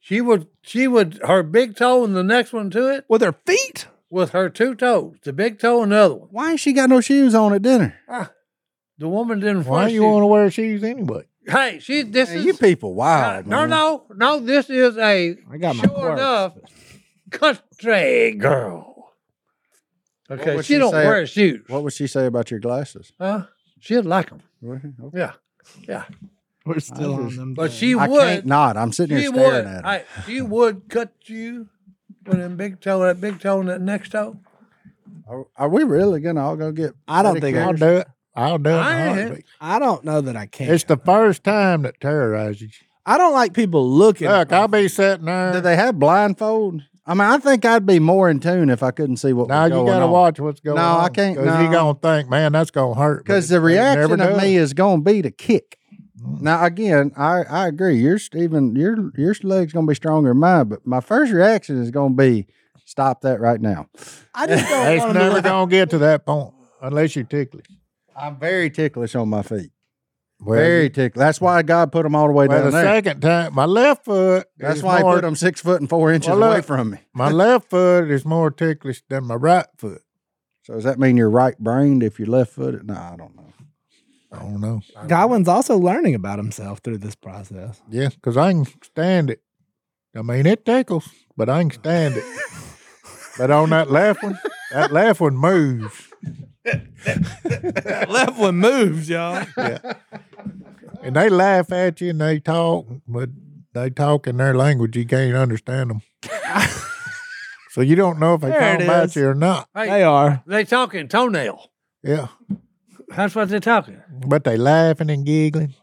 [SPEAKER 2] She would she would her big toe and the next one to it
[SPEAKER 5] with her feet.
[SPEAKER 2] with her two toes, the big toe and the other one. Ah,
[SPEAKER 3] Why ain't she got no shoes on at dinner?
[SPEAKER 2] The woman didn't
[SPEAKER 4] Why
[SPEAKER 2] force
[SPEAKER 4] you want to wear shoes anyway?
[SPEAKER 2] Hey, she this
[SPEAKER 3] Man,
[SPEAKER 2] is
[SPEAKER 3] you people wild.
[SPEAKER 2] no
[SPEAKER 3] man.
[SPEAKER 2] no no this is a
[SPEAKER 5] I got my
[SPEAKER 2] sure
[SPEAKER 5] quirks.
[SPEAKER 2] enough country girl. Okay,
[SPEAKER 3] would
[SPEAKER 2] she,
[SPEAKER 3] she
[SPEAKER 2] don't
[SPEAKER 3] say-
[SPEAKER 2] wear shoes.
[SPEAKER 3] What would she say about your glasses?
[SPEAKER 2] Huh? She'd like them.
[SPEAKER 3] I
[SPEAKER 2] Yeah, yeah.
[SPEAKER 5] We're still on them.
[SPEAKER 2] But she
[SPEAKER 3] can't
[SPEAKER 2] would.
[SPEAKER 3] not. I'm sitting
[SPEAKER 2] She
[SPEAKER 3] here
[SPEAKER 2] would.
[SPEAKER 3] staring at her.
[SPEAKER 2] I, she would cut you with that big toe, that big toe, and that next toe.
[SPEAKER 3] Are, are we really gonna all go get?
[SPEAKER 5] I don't think
[SPEAKER 4] I'll
[SPEAKER 5] I'll
[SPEAKER 3] pedicures?
[SPEAKER 4] do it. I'll do it. in a
[SPEAKER 2] I ain't-
[SPEAKER 4] heartbeat.
[SPEAKER 5] I don't know that I can.
[SPEAKER 4] It's the first time that terrorizes you.
[SPEAKER 5] I don't like people looking.
[SPEAKER 4] Look, I'll be sitting
[SPEAKER 3] Do
[SPEAKER 4] there.
[SPEAKER 3] they have blindfold? I mean, I think I'd be more in tune if I couldn't see what.
[SPEAKER 4] now
[SPEAKER 3] was
[SPEAKER 4] you
[SPEAKER 3] going
[SPEAKER 4] got to
[SPEAKER 3] on.
[SPEAKER 4] watch what's going
[SPEAKER 3] No,
[SPEAKER 4] on.
[SPEAKER 3] I can't,
[SPEAKER 4] Because you're
[SPEAKER 3] no.
[SPEAKER 4] going to think, man, that's going to hurt. but
[SPEAKER 3] because
[SPEAKER 4] it-
[SPEAKER 3] the
[SPEAKER 4] it never
[SPEAKER 3] reaction of
[SPEAKER 4] does.
[SPEAKER 3] me is going to be to kick. Now again, I, I agree. Your Stephen, your your leg's going to be stronger than mine, but my first reaction is going to be stop that right now.
[SPEAKER 5] I just don't
[SPEAKER 4] It's
[SPEAKER 5] want to
[SPEAKER 4] never going to get to that point unless you're ticklish.
[SPEAKER 3] I'm very ticklish on my feet.
[SPEAKER 4] Well,
[SPEAKER 3] very ticklish. That's why God put them all the way
[SPEAKER 4] Well,
[SPEAKER 3] down
[SPEAKER 4] the
[SPEAKER 3] there.
[SPEAKER 4] second time, my left foot.
[SPEAKER 3] That's
[SPEAKER 4] is
[SPEAKER 3] why
[SPEAKER 4] more,
[SPEAKER 3] he put them six foot and four inches
[SPEAKER 4] Well,
[SPEAKER 3] away
[SPEAKER 4] look.
[SPEAKER 3] from me. [laughs]
[SPEAKER 4] my left foot is more ticklish than my right foot.
[SPEAKER 3] So does that mean you're right brained if you're left footed? No, I don't know.
[SPEAKER 4] I don't know. [laughs]
[SPEAKER 5] Godwin's also learning about himself through this process.
[SPEAKER 4] Yeah, because I can stand it. I mean, it tickles, but I can
[SPEAKER 3] [laughs]
[SPEAKER 4] stand it. but on that left one, that left one moves.
[SPEAKER 5] That left one moves, y'all.
[SPEAKER 4] And they laugh at you and they talk, but they talk in their language. You can't understand them. so you don't know if they
[SPEAKER 5] There
[SPEAKER 4] talk
[SPEAKER 5] it
[SPEAKER 4] about
[SPEAKER 5] is.
[SPEAKER 4] you or not.
[SPEAKER 2] Hey,
[SPEAKER 5] They are.
[SPEAKER 2] they talking toenail.
[SPEAKER 4] Yeah.
[SPEAKER 2] That's what they talking.
[SPEAKER 4] But they laughing and giggling.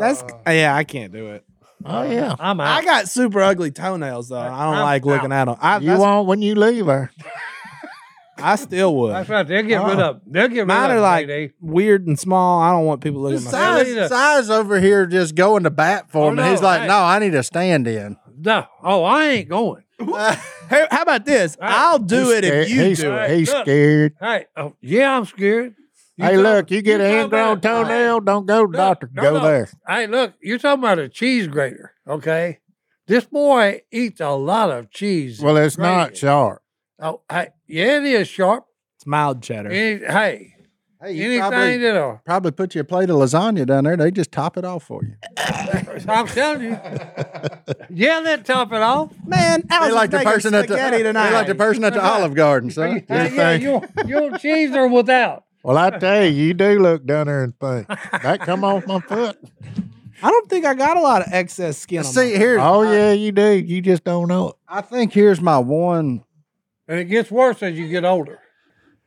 [SPEAKER 5] That's yeah. I can't do it.
[SPEAKER 4] Oh, yeah.
[SPEAKER 2] I'm out.
[SPEAKER 5] Uh, I got super ugly toenails though. I don't
[SPEAKER 2] I'm
[SPEAKER 5] like looking at them. I,
[SPEAKER 4] You
[SPEAKER 5] that's-
[SPEAKER 4] won't when you leave her.
[SPEAKER 5] I still would.
[SPEAKER 2] That's right. They'll get rid
[SPEAKER 4] Oh.
[SPEAKER 2] of. They'll get rid
[SPEAKER 5] Mine
[SPEAKER 2] of.
[SPEAKER 5] are like
[SPEAKER 2] JD.
[SPEAKER 5] weird and small. I don't want people looking at my face.
[SPEAKER 2] Size- either.
[SPEAKER 3] size over here just going to bat
[SPEAKER 2] Oh,
[SPEAKER 3] for me. He's
[SPEAKER 2] no,
[SPEAKER 3] like,
[SPEAKER 2] hey.
[SPEAKER 3] no, I need a stand in.
[SPEAKER 2] no. Oh, I ain't going.
[SPEAKER 5] [laughs] Hey, how about this?
[SPEAKER 2] Right.
[SPEAKER 5] I'll do
[SPEAKER 4] He's
[SPEAKER 5] it if
[SPEAKER 4] scared-
[SPEAKER 5] you
[SPEAKER 4] Eh, he's,
[SPEAKER 5] do it.
[SPEAKER 4] He's
[SPEAKER 2] Look.
[SPEAKER 4] scared.
[SPEAKER 2] Hey, oh, yeah, I'm scared. You
[SPEAKER 4] hey,
[SPEAKER 2] talk-
[SPEAKER 4] look, you get an
[SPEAKER 2] talk
[SPEAKER 4] ingrown
[SPEAKER 2] about-
[SPEAKER 4] toenail, don't go to the
[SPEAKER 2] No,
[SPEAKER 4] doctor.
[SPEAKER 2] no,
[SPEAKER 4] go
[SPEAKER 2] no.
[SPEAKER 4] there.
[SPEAKER 2] Hey, look, you're talking about a cheese grater, okay? This boy eats a lot of cheese.
[SPEAKER 4] Well, it's
[SPEAKER 2] Grater.
[SPEAKER 4] not sharp.
[SPEAKER 2] Oh, hey, yeah, it is sharp.
[SPEAKER 5] It's mild cheddar.
[SPEAKER 2] Any, hey,
[SPEAKER 3] Hey,
[SPEAKER 2] anything that'll.
[SPEAKER 3] probably put you a plate of lasagna down there. They just top it off for you.
[SPEAKER 2] I'm telling you. yeah, that top it off.
[SPEAKER 5] Man, I
[SPEAKER 3] They
[SPEAKER 5] was
[SPEAKER 3] like the
[SPEAKER 5] making
[SPEAKER 3] person at the
[SPEAKER 5] spaghetti
[SPEAKER 3] they
[SPEAKER 5] tonight.
[SPEAKER 3] like the person at the Olive Garden, son.
[SPEAKER 2] Hey, [laughs]
[SPEAKER 4] Just
[SPEAKER 2] yeah,
[SPEAKER 4] think.
[SPEAKER 2] you want- you want cheese or without?
[SPEAKER 4] Well, I tell you, you do look down there and think, that come off my foot.
[SPEAKER 5] I don't think I got a lot of excess skin. on
[SPEAKER 3] See
[SPEAKER 5] my-
[SPEAKER 3] here,
[SPEAKER 4] Oh, yeah, you do. You just don't know it.
[SPEAKER 3] I think here's my one
[SPEAKER 2] And it gets worse as you get older.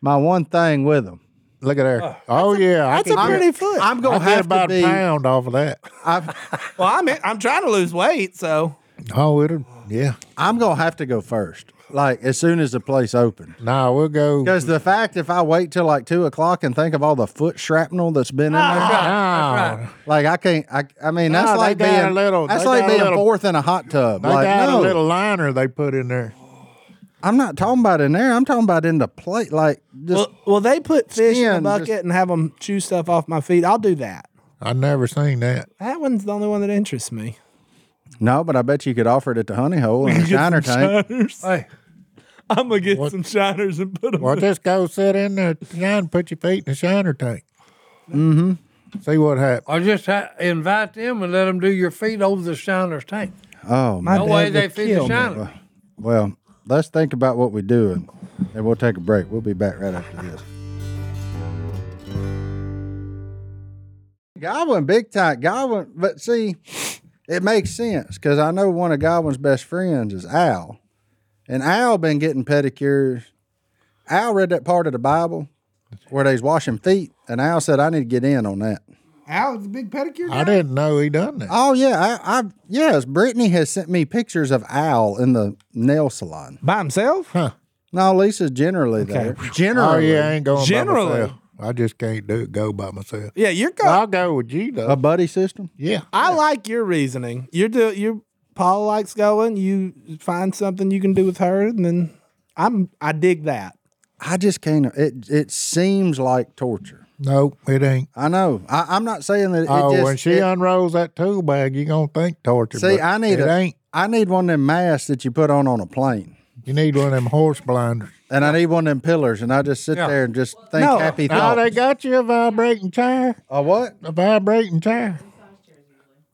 [SPEAKER 3] my one thing with them.
[SPEAKER 4] Look at her. Oh, yeah.
[SPEAKER 5] That's a
[SPEAKER 4] I
[SPEAKER 5] pretty foot.
[SPEAKER 3] I'm gonna
[SPEAKER 4] I get
[SPEAKER 3] have
[SPEAKER 4] about
[SPEAKER 3] to be.
[SPEAKER 4] a pound off of that.
[SPEAKER 3] I've,
[SPEAKER 5] [laughs] well, I'm I'm trying to lose weight, so
[SPEAKER 4] Oh, it'll, yeah.
[SPEAKER 3] I'm gonna have to go first. Like as soon as the place opens.
[SPEAKER 4] Nah, we'll go.
[SPEAKER 3] Because the fact if I wait till like two o'clock and think of all the foot shrapnel that's been in there,
[SPEAKER 4] Nah.
[SPEAKER 3] like I can't. I, I mean, that's
[SPEAKER 4] Ah. No, they
[SPEAKER 3] like
[SPEAKER 4] got a
[SPEAKER 3] being
[SPEAKER 4] little-
[SPEAKER 3] that's
[SPEAKER 4] they
[SPEAKER 3] like
[SPEAKER 4] got a
[SPEAKER 3] being
[SPEAKER 4] little-
[SPEAKER 3] fourth in a hot tub.
[SPEAKER 4] They
[SPEAKER 3] like
[SPEAKER 4] got
[SPEAKER 3] no,
[SPEAKER 4] a little liner they put in there.
[SPEAKER 3] I'm not talking about in there. I'm talking about in the plate. Like just
[SPEAKER 5] well, well, they put fish in a
[SPEAKER 3] skin,
[SPEAKER 5] bucket
[SPEAKER 3] just-
[SPEAKER 5] and have them chew stuff off my feet. I'll do that.
[SPEAKER 4] I never seen that.
[SPEAKER 5] That one's the only one that interests [laughs] me.
[SPEAKER 3] no, but I bet you could offer it at the honey hole
[SPEAKER 4] [laughs]
[SPEAKER 3] in the diner tank.
[SPEAKER 2] Hey,
[SPEAKER 5] I'm gonna get some shiners and put them.
[SPEAKER 4] Well, just go sit in there tonight and put your feet in the shiner tank. Mm-hmm. See what happens.
[SPEAKER 2] or just ha- invite them and let them do your feet over the shiner's tank.
[SPEAKER 3] Oh
[SPEAKER 5] My
[SPEAKER 3] my.
[SPEAKER 2] No
[SPEAKER 5] dad
[SPEAKER 2] way they
[SPEAKER 5] would
[SPEAKER 2] feed the
[SPEAKER 5] kill me.
[SPEAKER 2] shiner.
[SPEAKER 3] Well, let's think about what we do, and, and we'll take a break. We'll be back right after this. Godwin, big time. Godwin, but see, it makes sense because I know one of Godwin's best friends is Al, and Al been getting pedicures. Al read that part of the Bible where they's washing feet, and Al said, "I need to get in on that."
[SPEAKER 5] Al's a big pedicure.
[SPEAKER 4] I didn't know he done that.
[SPEAKER 3] Oh yeah, I, I yes. Brittany has sent me pictures of Al in the nail salon.
[SPEAKER 5] by himself.
[SPEAKER 4] Huh.
[SPEAKER 3] No, Lisa's generally there. Generally,
[SPEAKER 4] Oh, yeah, I ain't going
[SPEAKER 5] Generally.
[SPEAKER 4] by myself. I just can't do it, go by myself.
[SPEAKER 5] Yeah, you're. Go-
[SPEAKER 4] I'll go with you, though.
[SPEAKER 3] a buddy system.
[SPEAKER 4] yeah.
[SPEAKER 5] I like your reasoning. You're do you Paul likes going. You find something you can do with her, and then I'm I dig that.
[SPEAKER 3] I just can't. It it seems like torture.
[SPEAKER 4] No, it ain't.
[SPEAKER 3] I know. I, I'm not saying that. It
[SPEAKER 4] oh,
[SPEAKER 3] just,
[SPEAKER 4] when she
[SPEAKER 3] it-
[SPEAKER 4] unrolls that tool bag, you going to think torture.
[SPEAKER 3] see,
[SPEAKER 4] but
[SPEAKER 3] I need
[SPEAKER 4] it.
[SPEAKER 3] a,
[SPEAKER 4] ain't.
[SPEAKER 3] I need one of them masks that you put on on a plane,
[SPEAKER 4] You need one of them horse blinders.
[SPEAKER 3] and I need one of them pillars, and I just sit there and just think
[SPEAKER 5] No.
[SPEAKER 3] happy
[SPEAKER 4] Now,
[SPEAKER 3] thoughts.
[SPEAKER 4] they got you a vibrating chair.
[SPEAKER 3] A what?
[SPEAKER 4] A vibrating chair.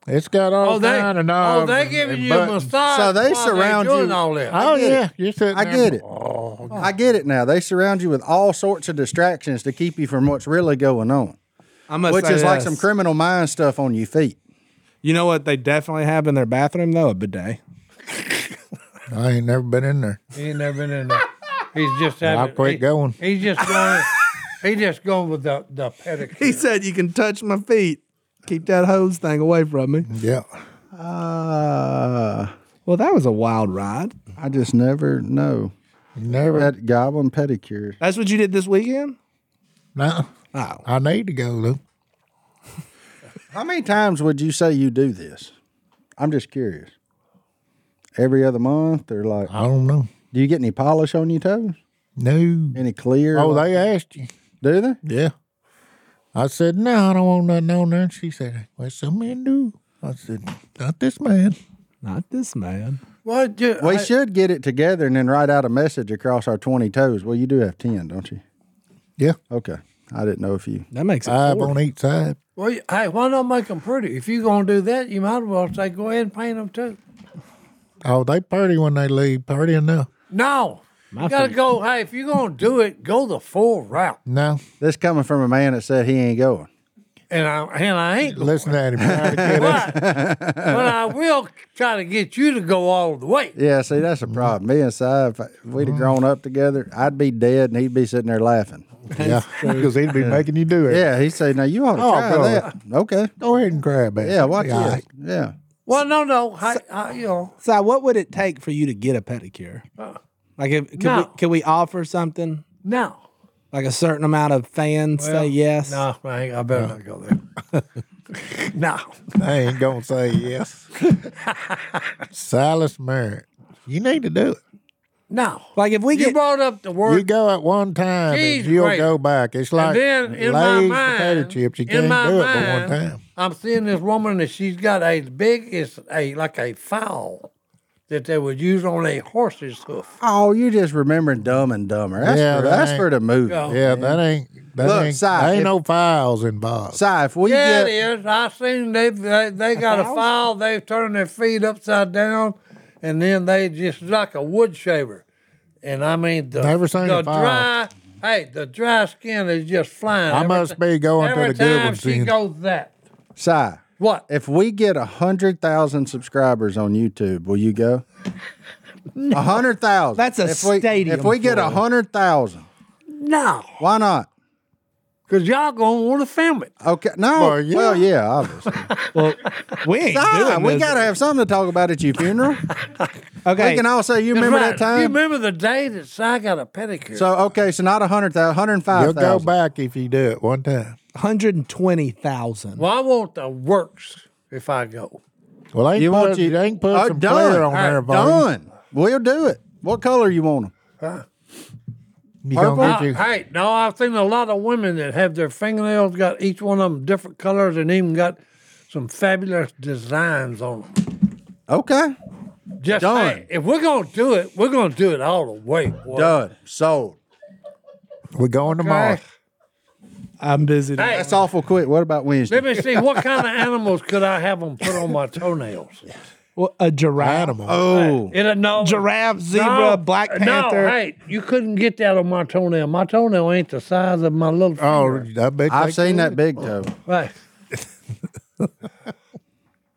[SPEAKER 4] It's got all
[SPEAKER 2] Oh, they,
[SPEAKER 4] kind of knobs.
[SPEAKER 2] oh, they
[SPEAKER 4] and-
[SPEAKER 2] giving
[SPEAKER 4] and
[SPEAKER 2] you a
[SPEAKER 4] buttons.
[SPEAKER 2] massage.
[SPEAKER 3] So they
[SPEAKER 2] while
[SPEAKER 3] surround
[SPEAKER 2] doing
[SPEAKER 3] you.
[SPEAKER 2] all that.
[SPEAKER 4] Oh,
[SPEAKER 3] get
[SPEAKER 4] yeah. You're sitting
[SPEAKER 3] I
[SPEAKER 4] there-
[SPEAKER 3] get it.
[SPEAKER 4] Oh,
[SPEAKER 3] I get it now. They surround you with all sorts of distractions to keep you from what's really going on,
[SPEAKER 5] I must
[SPEAKER 3] which
[SPEAKER 5] say
[SPEAKER 3] is like
[SPEAKER 5] this.
[SPEAKER 3] some criminal mind stuff on your feet.
[SPEAKER 5] You know what they definitely have in their bathroom though a bidet.
[SPEAKER 4] I ain't never been in there.
[SPEAKER 2] He ain't never been in there. He's just had
[SPEAKER 4] I'll
[SPEAKER 2] it-
[SPEAKER 4] quit
[SPEAKER 2] he-
[SPEAKER 4] going.
[SPEAKER 2] He's just going. He's just going with the the pedicure.
[SPEAKER 5] He said you can touch my feet. Keep that hose thing away from me.
[SPEAKER 4] Yeah.
[SPEAKER 3] Uh,
[SPEAKER 5] Well, that was a wild ride.
[SPEAKER 3] I just never know.
[SPEAKER 4] Never.
[SPEAKER 3] That goblin pedicure.
[SPEAKER 5] That's what you did this weekend?
[SPEAKER 4] no.
[SPEAKER 5] Oh.
[SPEAKER 4] I need to go, though.
[SPEAKER 3] How many times would you say you do this? I'm just curious. Every other month, or like,
[SPEAKER 4] I don't know.
[SPEAKER 3] do you get any polish on your toes?
[SPEAKER 4] No.
[SPEAKER 3] Any clear?
[SPEAKER 4] Oh,
[SPEAKER 3] like-
[SPEAKER 4] they asked you.
[SPEAKER 3] do they?
[SPEAKER 4] Yeah. I said, no, I don't want nothing on there. And she said, well, some men do. I said, not this man.
[SPEAKER 5] Not this man.
[SPEAKER 2] What? You,
[SPEAKER 3] We
[SPEAKER 2] I-
[SPEAKER 3] should get it together and then write out a message across our 20 toes. Well, you do have 10, don't you?
[SPEAKER 4] Yeah.
[SPEAKER 3] Okay. I didn't know if you.
[SPEAKER 5] That makes it
[SPEAKER 4] Five
[SPEAKER 5] forty.
[SPEAKER 4] on each side.
[SPEAKER 2] well, you- hey, why not make them pretty? If you're gonna do that, you might as well say, go ahead and paint them too.
[SPEAKER 4] Oh, they party when they leave. Partying now.
[SPEAKER 2] No.
[SPEAKER 6] My
[SPEAKER 2] You gotta
[SPEAKER 6] favorite-
[SPEAKER 2] go. Hey, if you're gonna do it, go the full route.
[SPEAKER 4] No.
[SPEAKER 3] This coming from a man that said he ain't going.
[SPEAKER 2] And I and I ain't.
[SPEAKER 4] Listen to him. Trying
[SPEAKER 3] [laughs]
[SPEAKER 4] to get us-
[SPEAKER 2] But, but I will try to get you to go all the way.
[SPEAKER 3] Yeah, see, that's a problem. Me and Si, if if we'd
[SPEAKER 4] Mm-hmm.
[SPEAKER 3] have grown up together, I'd be dead and he'd be sitting there laughing.
[SPEAKER 4] yeah. Because he'd be making you do it.
[SPEAKER 3] Yeah, he'd say, Now you ought to
[SPEAKER 4] Oh,
[SPEAKER 3] try
[SPEAKER 4] brother.
[SPEAKER 3] that. Okay.
[SPEAKER 4] Go ahead and grab it.
[SPEAKER 3] Yeah, watch
[SPEAKER 4] Yeah.
[SPEAKER 3] this. Yeah.
[SPEAKER 2] Well, no, no. I, I, you know,
[SPEAKER 5] So, what would it take for you to get a pedicure? Like, if, could,
[SPEAKER 2] Uh, No.
[SPEAKER 5] we, could we offer something?
[SPEAKER 2] no.
[SPEAKER 5] Like a certain amount of fans say yes?
[SPEAKER 2] No, I, ain't- I better not go there. [laughs] no.
[SPEAKER 4] I ain't going to say
[SPEAKER 3] [laughs]
[SPEAKER 4] yes. Silas Merritt. You need to do it.
[SPEAKER 2] No.
[SPEAKER 5] Like, if we
[SPEAKER 2] You
[SPEAKER 5] get.
[SPEAKER 2] brought up the word.
[SPEAKER 4] You go at one time
[SPEAKER 2] Jeez,
[SPEAKER 4] and you'll
[SPEAKER 2] great.
[SPEAKER 4] go back. It's like
[SPEAKER 2] then in my
[SPEAKER 4] Lay's
[SPEAKER 2] mind-
[SPEAKER 4] potato chips. You
[SPEAKER 2] in
[SPEAKER 4] can't
[SPEAKER 2] my
[SPEAKER 4] do it but one
[SPEAKER 2] mind-
[SPEAKER 4] time.
[SPEAKER 2] I'm seeing this woman that she's got a big as a like a fowl that they would use on a horse's hoof.
[SPEAKER 3] Oh, you just remembering Dumb and Dumber. That's,
[SPEAKER 4] Yeah,
[SPEAKER 3] for,
[SPEAKER 4] that
[SPEAKER 3] that's
[SPEAKER 4] ain't-
[SPEAKER 3] for the movie.
[SPEAKER 2] Yeah.
[SPEAKER 4] Yeah, that ain't that
[SPEAKER 3] Look,
[SPEAKER 4] ain't,
[SPEAKER 3] Si,
[SPEAKER 4] there ain't
[SPEAKER 3] if-
[SPEAKER 4] no files involved.
[SPEAKER 3] Si, if we
[SPEAKER 2] yeah,
[SPEAKER 3] get
[SPEAKER 2] it is. I seen they they, they got a fowl. They turn their feet upside down, and then they just like a wood shaver. And I mean the
[SPEAKER 4] Never seen
[SPEAKER 2] the
[SPEAKER 4] a fowl.
[SPEAKER 2] dry. Hey, the dry skin is just flying.
[SPEAKER 4] I
[SPEAKER 2] Every
[SPEAKER 4] must
[SPEAKER 2] ti-
[SPEAKER 4] be going to
[SPEAKER 2] every
[SPEAKER 4] the good
[SPEAKER 2] time
[SPEAKER 4] ones
[SPEAKER 2] She
[SPEAKER 4] then.
[SPEAKER 2] goes that.
[SPEAKER 3] Si,
[SPEAKER 2] What?
[SPEAKER 3] if we get a hundred thousand subscribers on YouTube, will you go? A hundred thousand.
[SPEAKER 5] That's a
[SPEAKER 3] if we,
[SPEAKER 5] stadium
[SPEAKER 3] If we get a
[SPEAKER 5] full.
[SPEAKER 3] hundred thousand,
[SPEAKER 2] No,
[SPEAKER 3] why not?
[SPEAKER 2] because y'all gonna want to film it.
[SPEAKER 3] Okay, no.
[SPEAKER 4] Well, yeah.
[SPEAKER 3] Well, yeah, obviously.
[SPEAKER 5] Well, we ain't
[SPEAKER 3] Ah,
[SPEAKER 5] doing
[SPEAKER 3] we
[SPEAKER 5] this.
[SPEAKER 3] gotta have something to talk about at your funeral. We
[SPEAKER 5] Okay.
[SPEAKER 3] can all say you
[SPEAKER 2] That's
[SPEAKER 3] remember
[SPEAKER 2] right.
[SPEAKER 3] that time.
[SPEAKER 2] You remember the day that Si got a pedicure?
[SPEAKER 3] so okay, so not a hundred thousand, hundred
[SPEAKER 4] You'll
[SPEAKER 3] five
[SPEAKER 4] go
[SPEAKER 3] thousand.
[SPEAKER 4] back if you do it one time.
[SPEAKER 5] 120,000.
[SPEAKER 2] Well, I want the works if I go.
[SPEAKER 4] Well, ain't
[SPEAKER 3] You
[SPEAKER 4] put,
[SPEAKER 3] want you?
[SPEAKER 4] ain't put
[SPEAKER 3] Oh,
[SPEAKER 4] some
[SPEAKER 3] done.
[SPEAKER 4] clear on
[SPEAKER 3] All right,
[SPEAKER 4] there, buddy.
[SPEAKER 3] done. We'll do it. What color you want them?
[SPEAKER 4] You gonna
[SPEAKER 3] Purple?
[SPEAKER 4] get
[SPEAKER 2] I,
[SPEAKER 4] you?
[SPEAKER 2] Ah, hey, no, I've seen a lot of women that have their fingernails got each one of them different colors and even got some fabulous designs on them.
[SPEAKER 3] Okay,
[SPEAKER 2] Just
[SPEAKER 3] Done.
[SPEAKER 2] hey, if we're gonna do it, we're gonna do it all the way. boy.
[SPEAKER 3] done, sold.
[SPEAKER 4] We're going tomorrow.
[SPEAKER 2] Okay.
[SPEAKER 5] I'm busy.
[SPEAKER 2] Hey,
[SPEAKER 3] That's awful quick. What about Wednesday?
[SPEAKER 2] let me see what kind of animals could I have them put on my toenails?
[SPEAKER 5] Well, a giraffe.
[SPEAKER 4] Animal.
[SPEAKER 3] oh,
[SPEAKER 2] It no
[SPEAKER 5] Giraffe, zebra,
[SPEAKER 2] no,
[SPEAKER 5] black
[SPEAKER 2] no,
[SPEAKER 5] panther.
[SPEAKER 2] hey, you couldn't get that on my toenail. My toenail ain't the size of my little.
[SPEAKER 4] Oh,
[SPEAKER 2] finger.
[SPEAKER 4] I bet
[SPEAKER 3] I've
[SPEAKER 4] they
[SPEAKER 3] seen
[SPEAKER 4] could.
[SPEAKER 3] that big toe.
[SPEAKER 2] right.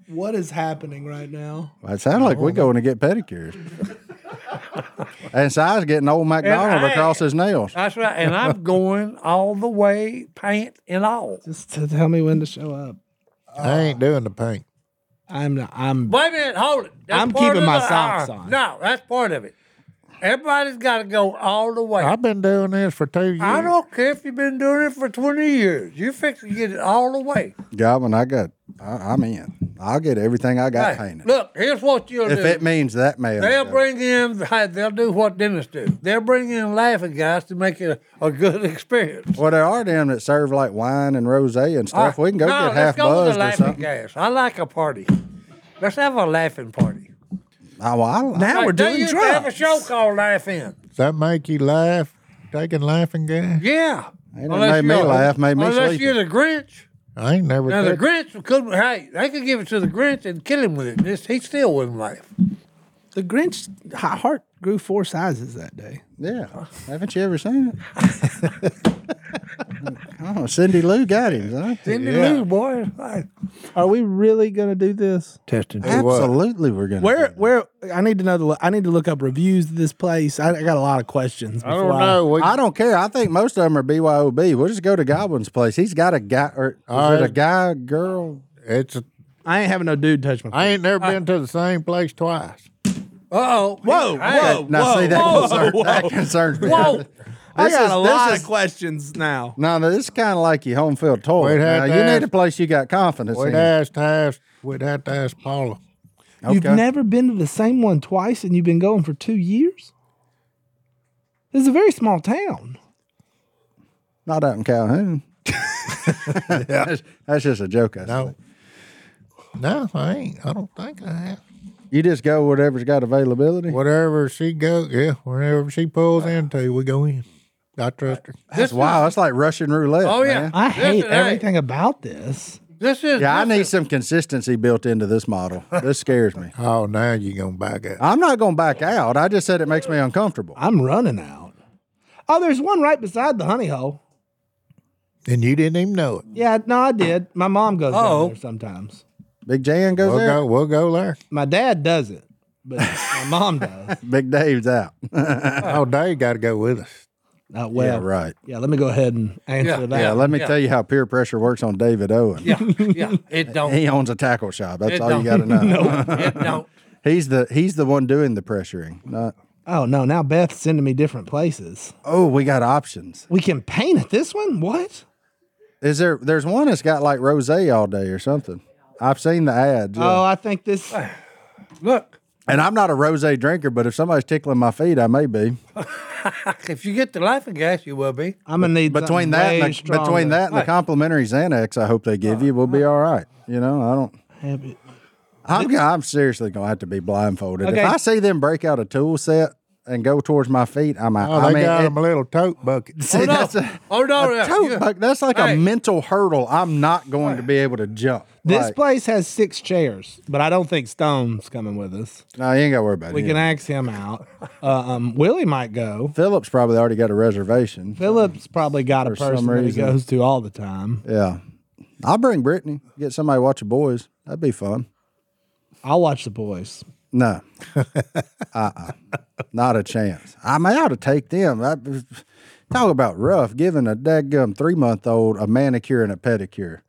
[SPEAKER 5] What is happening right now?
[SPEAKER 3] It sounds like we're going to get pedicures. and Si's getting old McDonald
[SPEAKER 2] I-
[SPEAKER 3] across his nails.
[SPEAKER 2] That's right. And I'm going all the way, paint and all.
[SPEAKER 5] Just to tell me when to show up.
[SPEAKER 4] I ain't doing the paint.
[SPEAKER 5] I'm not. I'm.
[SPEAKER 2] Wait a minute, hold it.
[SPEAKER 5] I'm
[SPEAKER 2] part
[SPEAKER 5] keeping
[SPEAKER 2] of
[SPEAKER 5] my
[SPEAKER 2] the-
[SPEAKER 5] socks
[SPEAKER 2] uh,
[SPEAKER 5] on.
[SPEAKER 2] No, that's part of it. Everybody's got to go all the way.
[SPEAKER 4] I've been doing this for two years.
[SPEAKER 2] I don't care if you've been doing it for 20 years. You're fixing to get it all the way.
[SPEAKER 3] Goblin, I got, I, I'm in. I'll get everything I got
[SPEAKER 2] Hey,
[SPEAKER 3] painted.
[SPEAKER 2] look, here's what you'll
[SPEAKER 3] If
[SPEAKER 2] do.
[SPEAKER 3] it means that man.
[SPEAKER 2] they'll bring in, hey, they'll do what dentists do. They'll bring in laughing guys to make it a, a good [laughs] experience.
[SPEAKER 3] Well, there are them that serve like wine and rosé and stuff. we can go
[SPEAKER 2] no,
[SPEAKER 3] get
[SPEAKER 2] let's
[SPEAKER 3] half
[SPEAKER 2] go with
[SPEAKER 3] buzzed
[SPEAKER 2] the
[SPEAKER 3] or
[SPEAKER 2] laughing
[SPEAKER 3] something.
[SPEAKER 2] gas. I like a party. Let's have a laughing party.
[SPEAKER 3] Oh, well, I, like-
[SPEAKER 5] Now
[SPEAKER 2] Hey,
[SPEAKER 5] we're
[SPEAKER 2] they
[SPEAKER 5] doing
[SPEAKER 2] used to have a
[SPEAKER 5] drugs.
[SPEAKER 2] show called Laugh In.
[SPEAKER 4] Does that make you laugh? Taking laughing gas?
[SPEAKER 2] Yeah.
[SPEAKER 3] Ain't it made me
[SPEAKER 2] you're-
[SPEAKER 3] laugh, made me
[SPEAKER 2] Unless
[SPEAKER 3] sleepy.
[SPEAKER 2] you're the Grinch.
[SPEAKER 4] I ain't never
[SPEAKER 2] Now, the
[SPEAKER 4] took-
[SPEAKER 2] Grinch could, hey, they could give it to the Grinch and kill him with it. This, he still wouldn't laugh.
[SPEAKER 5] The Grinch ha- heart grew four sizes that day.
[SPEAKER 3] yeah. Haven't you ever seen it? [laughs] oh, Cindy Lou got him. Huh?
[SPEAKER 2] Then the
[SPEAKER 4] Yeah.
[SPEAKER 2] news, boy. it's like-
[SPEAKER 5] Are we really gonna do this?
[SPEAKER 2] Testing.
[SPEAKER 4] what?
[SPEAKER 3] Absolutely, we're gonna.
[SPEAKER 5] Where?
[SPEAKER 3] do it.
[SPEAKER 5] Where? I need to know the. lo- I need to look up reviews of this place. I, I got a lot of questions.
[SPEAKER 4] I don't
[SPEAKER 5] before
[SPEAKER 4] know. We,
[SPEAKER 3] I don't care. I think most of them are BYOB. We'll just go to Goblin's place. He's got a guy, or is
[SPEAKER 4] All
[SPEAKER 3] it a
[SPEAKER 4] right.
[SPEAKER 3] guy, girl?
[SPEAKER 4] it's
[SPEAKER 5] I ain't having no dude touch my.
[SPEAKER 4] I ain't never been to the same place twice.
[SPEAKER 2] Uh-oh.
[SPEAKER 5] Whoa, whoa.
[SPEAKER 3] Now see that,
[SPEAKER 5] whoa,
[SPEAKER 3] concern,
[SPEAKER 5] whoa.
[SPEAKER 3] that concerns me.
[SPEAKER 2] Whoa.
[SPEAKER 3] This
[SPEAKER 5] I got
[SPEAKER 3] is-
[SPEAKER 5] a
[SPEAKER 3] this
[SPEAKER 5] lot
[SPEAKER 3] is-
[SPEAKER 5] of questions now.
[SPEAKER 3] No, no, this is kind of like your home field toilet.
[SPEAKER 4] We'd
[SPEAKER 3] Now,
[SPEAKER 4] have
[SPEAKER 3] you
[SPEAKER 4] to
[SPEAKER 3] need
[SPEAKER 4] ask-
[SPEAKER 3] a place you got confidence
[SPEAKER 4] We'd
[SPEAKER 3] in.
[SPEAKER 4] ask, to ask, we'd have to ask Paula.
[SPEAKER 5] You've
[SPEAKER 3] Okay.
[SPEAKER 5] never been to the same one twice, and you've been going for two years. This is a very small town.
[SPEAKER 3] Not out
[SPEAKER 4] [laughs]
[SPEAKER 3] in Calhoun. [laughs] that's, that's just a joke. I
[SPEAKER 4] No,
[SPEAKER 3] no.
[SPEAKER 4] no, I ain't. I don't think I have.
[SPEAKER 3] You just go whatever's got availability.
[SPEAKER 4] Whatever she goes, yeah, whenever she pulls into, we go in. I trust her.
[SPEAKER 3] That's wow. That's like Russian roulette.
[SPEAKER 2] Oh, yeah.
[SPEAKER 3] man.
[SPEAKER 5] I
[SPEAKER 2] Listen,
[SPEAKER 5] hate
[SPEAKER 2] hey.
[SPEAKER 5] everything about this.
[SPEAKER 2] This is
[SPEAKER 3] Yeah, I
[SPEAKER 2] this
[SPEAKER 3] need
[SPEAKER 2] is-
[SPEAKER 3] some consistency built into this model. This scares me.
[SPEAKER 4] Oh, now you're gonna back out.
[SPEAKER 3] I'm not going to back out. I just said it makes me uncomfortable.
[SPEAKER 5] I'm running out. Oh, there's one right beside the honey hole.
[SPEAKER 4] And you didn't even know it.
[SPEAKER 5] Yeah, no, I did. My mom goes
[SPEAKER 2] Oh.
[SPEAKER 5] down there sometimes.
[SPEAKER 3] Big Jan goes
[SPEAKER 4] We'll
[SPEAKER 3] out.
[SPEAKER 4] go, we'll go there.
[SPEAKER 5] My dad doesn't, but my
[SPEAKER 3] [laughs]
[SPEAKER 5] mom does.
[SPEAKER 3] Big Dave's out. [laughs]
[SPEAKER 4] Oh, Dave got to go with us.
[SPEAKER 5] Uh, well,
[SPEAKER 3] yeah,
[SPEAKER 5] yeah,
[SPEAKER 3] right.
[SPEAKER 5] let me go ahead and answer
[SPEAKER 2] Yeah,
[SPEAKER 5] that.
[SPEAKER 3] Yeah, let me
[SPEAKER 2] Yeah.
[SPEAKER 3] tell you how peer pressure works on David Owen.
[SPEAKER 2] Yeah, yeah. It don't.
[SPEAKER 3] [laughs] He owns a tackle shop. That's
[SPEAKER 2] It
[SPEAKER 3] all you got to
[SPEAKER 2] don't- [laughs]
[SPEAKER 3] know. [laughs]
[SPEAKER 2] It don't.
[SPEAKER 3] He's the he's the one doing the pressuring. Not,
[SPEAKER 5] oh, no, now Beth's sending me different places.
[SPEAKER 3] oh, we got options.
[SPEAKER 5] We can paint at this one? What?
[SPEAKER 3] Is there? There's one that's got like rose all day or something. I've seen the ads. yeah.
[SPEAKER 5] Oh, I think this.
[SPEAKER 2] Look,
[SPEAKER 3] And I'm not a rose drinker, but if somebody's tickling my feet, I may be.
[SPEAKER 2] if you get the laughing gas, you will be.
[SPEAKER 5] I'm gonna need
[SPEAKER 3] Between
[SPEAKER 5] something
[SPEAKER 3] that,
[SPEAKER 5] way
[SPEAKER 3] and the,
[SPEAKER 5] stronger.
[SPEAKER 3] between that and the
[SPEAKER 2] Right.
[SPEAKER 3] complimentary Xanax, I hope they give you, we'll be all right. You know, I don't.
[SPEAKER 5] Have it-
[SPEAKER 3] I'm, I'm seriously gonna have to be blindfolded.
[SPEAKER 5] Okay.
[SPEAKER 3] If I see them break out a tool set and go towards my feet, I'm out.
[SPEAKER 4] Oh, they
[SPEAKER 3] I mean,
[SPEAKER 4] got
[SPEAKER 3] it-
[SPEAKER 4] him a little tote bucket.
[SPEAKER 3] [laughs] see, that's a,
[SPEAKER 2] Oh no,
[SPEAKER 3] a
[SPEAKER 2] yeah,
[SPEAKER 3] tote
[SPEAKER 2] yeah.
[SPEAKER 3] bag- that's like a
[SPEAKER 2] Hey.
[SPEAKER 3] mental hurdle. I'm not going to be able to jump.
[SPEAKER 5] This
[SPEAKER 3] Like,
[SPEAKER 5] place has six chairs, but I don't think Stone's coming with us.
[SPEAKER 3] no, you ain't got to worry about
[SPEAKER 5] We
[SPEAKER 3] it.
[SPEAKER 5] can ask him out. Uh, um, Willie might go.
[SPEAKER 3] Phillips probably already got a reservation.
[SPEAKER 5] Phillips probably got a
[SPEAKER 3] For some
[SPEAKER 5] person that he
[SPEAKER 3] reason.
[SPEAKER 5] goes to all the time.
[SPEAKER 3] yeah, I'll bring Brittany. Get somebody to watch the boys. That'd be fun.
[SPEAKER 5] I'll watch the boys.
[SPEAKER 3] No,
[SPEAKER 4] [laughs]
[SPEAKER 3] uh, uh not a chance. I may ought to take them. I, talk about rough giving a dadgum three month old a manicure and a pedicure.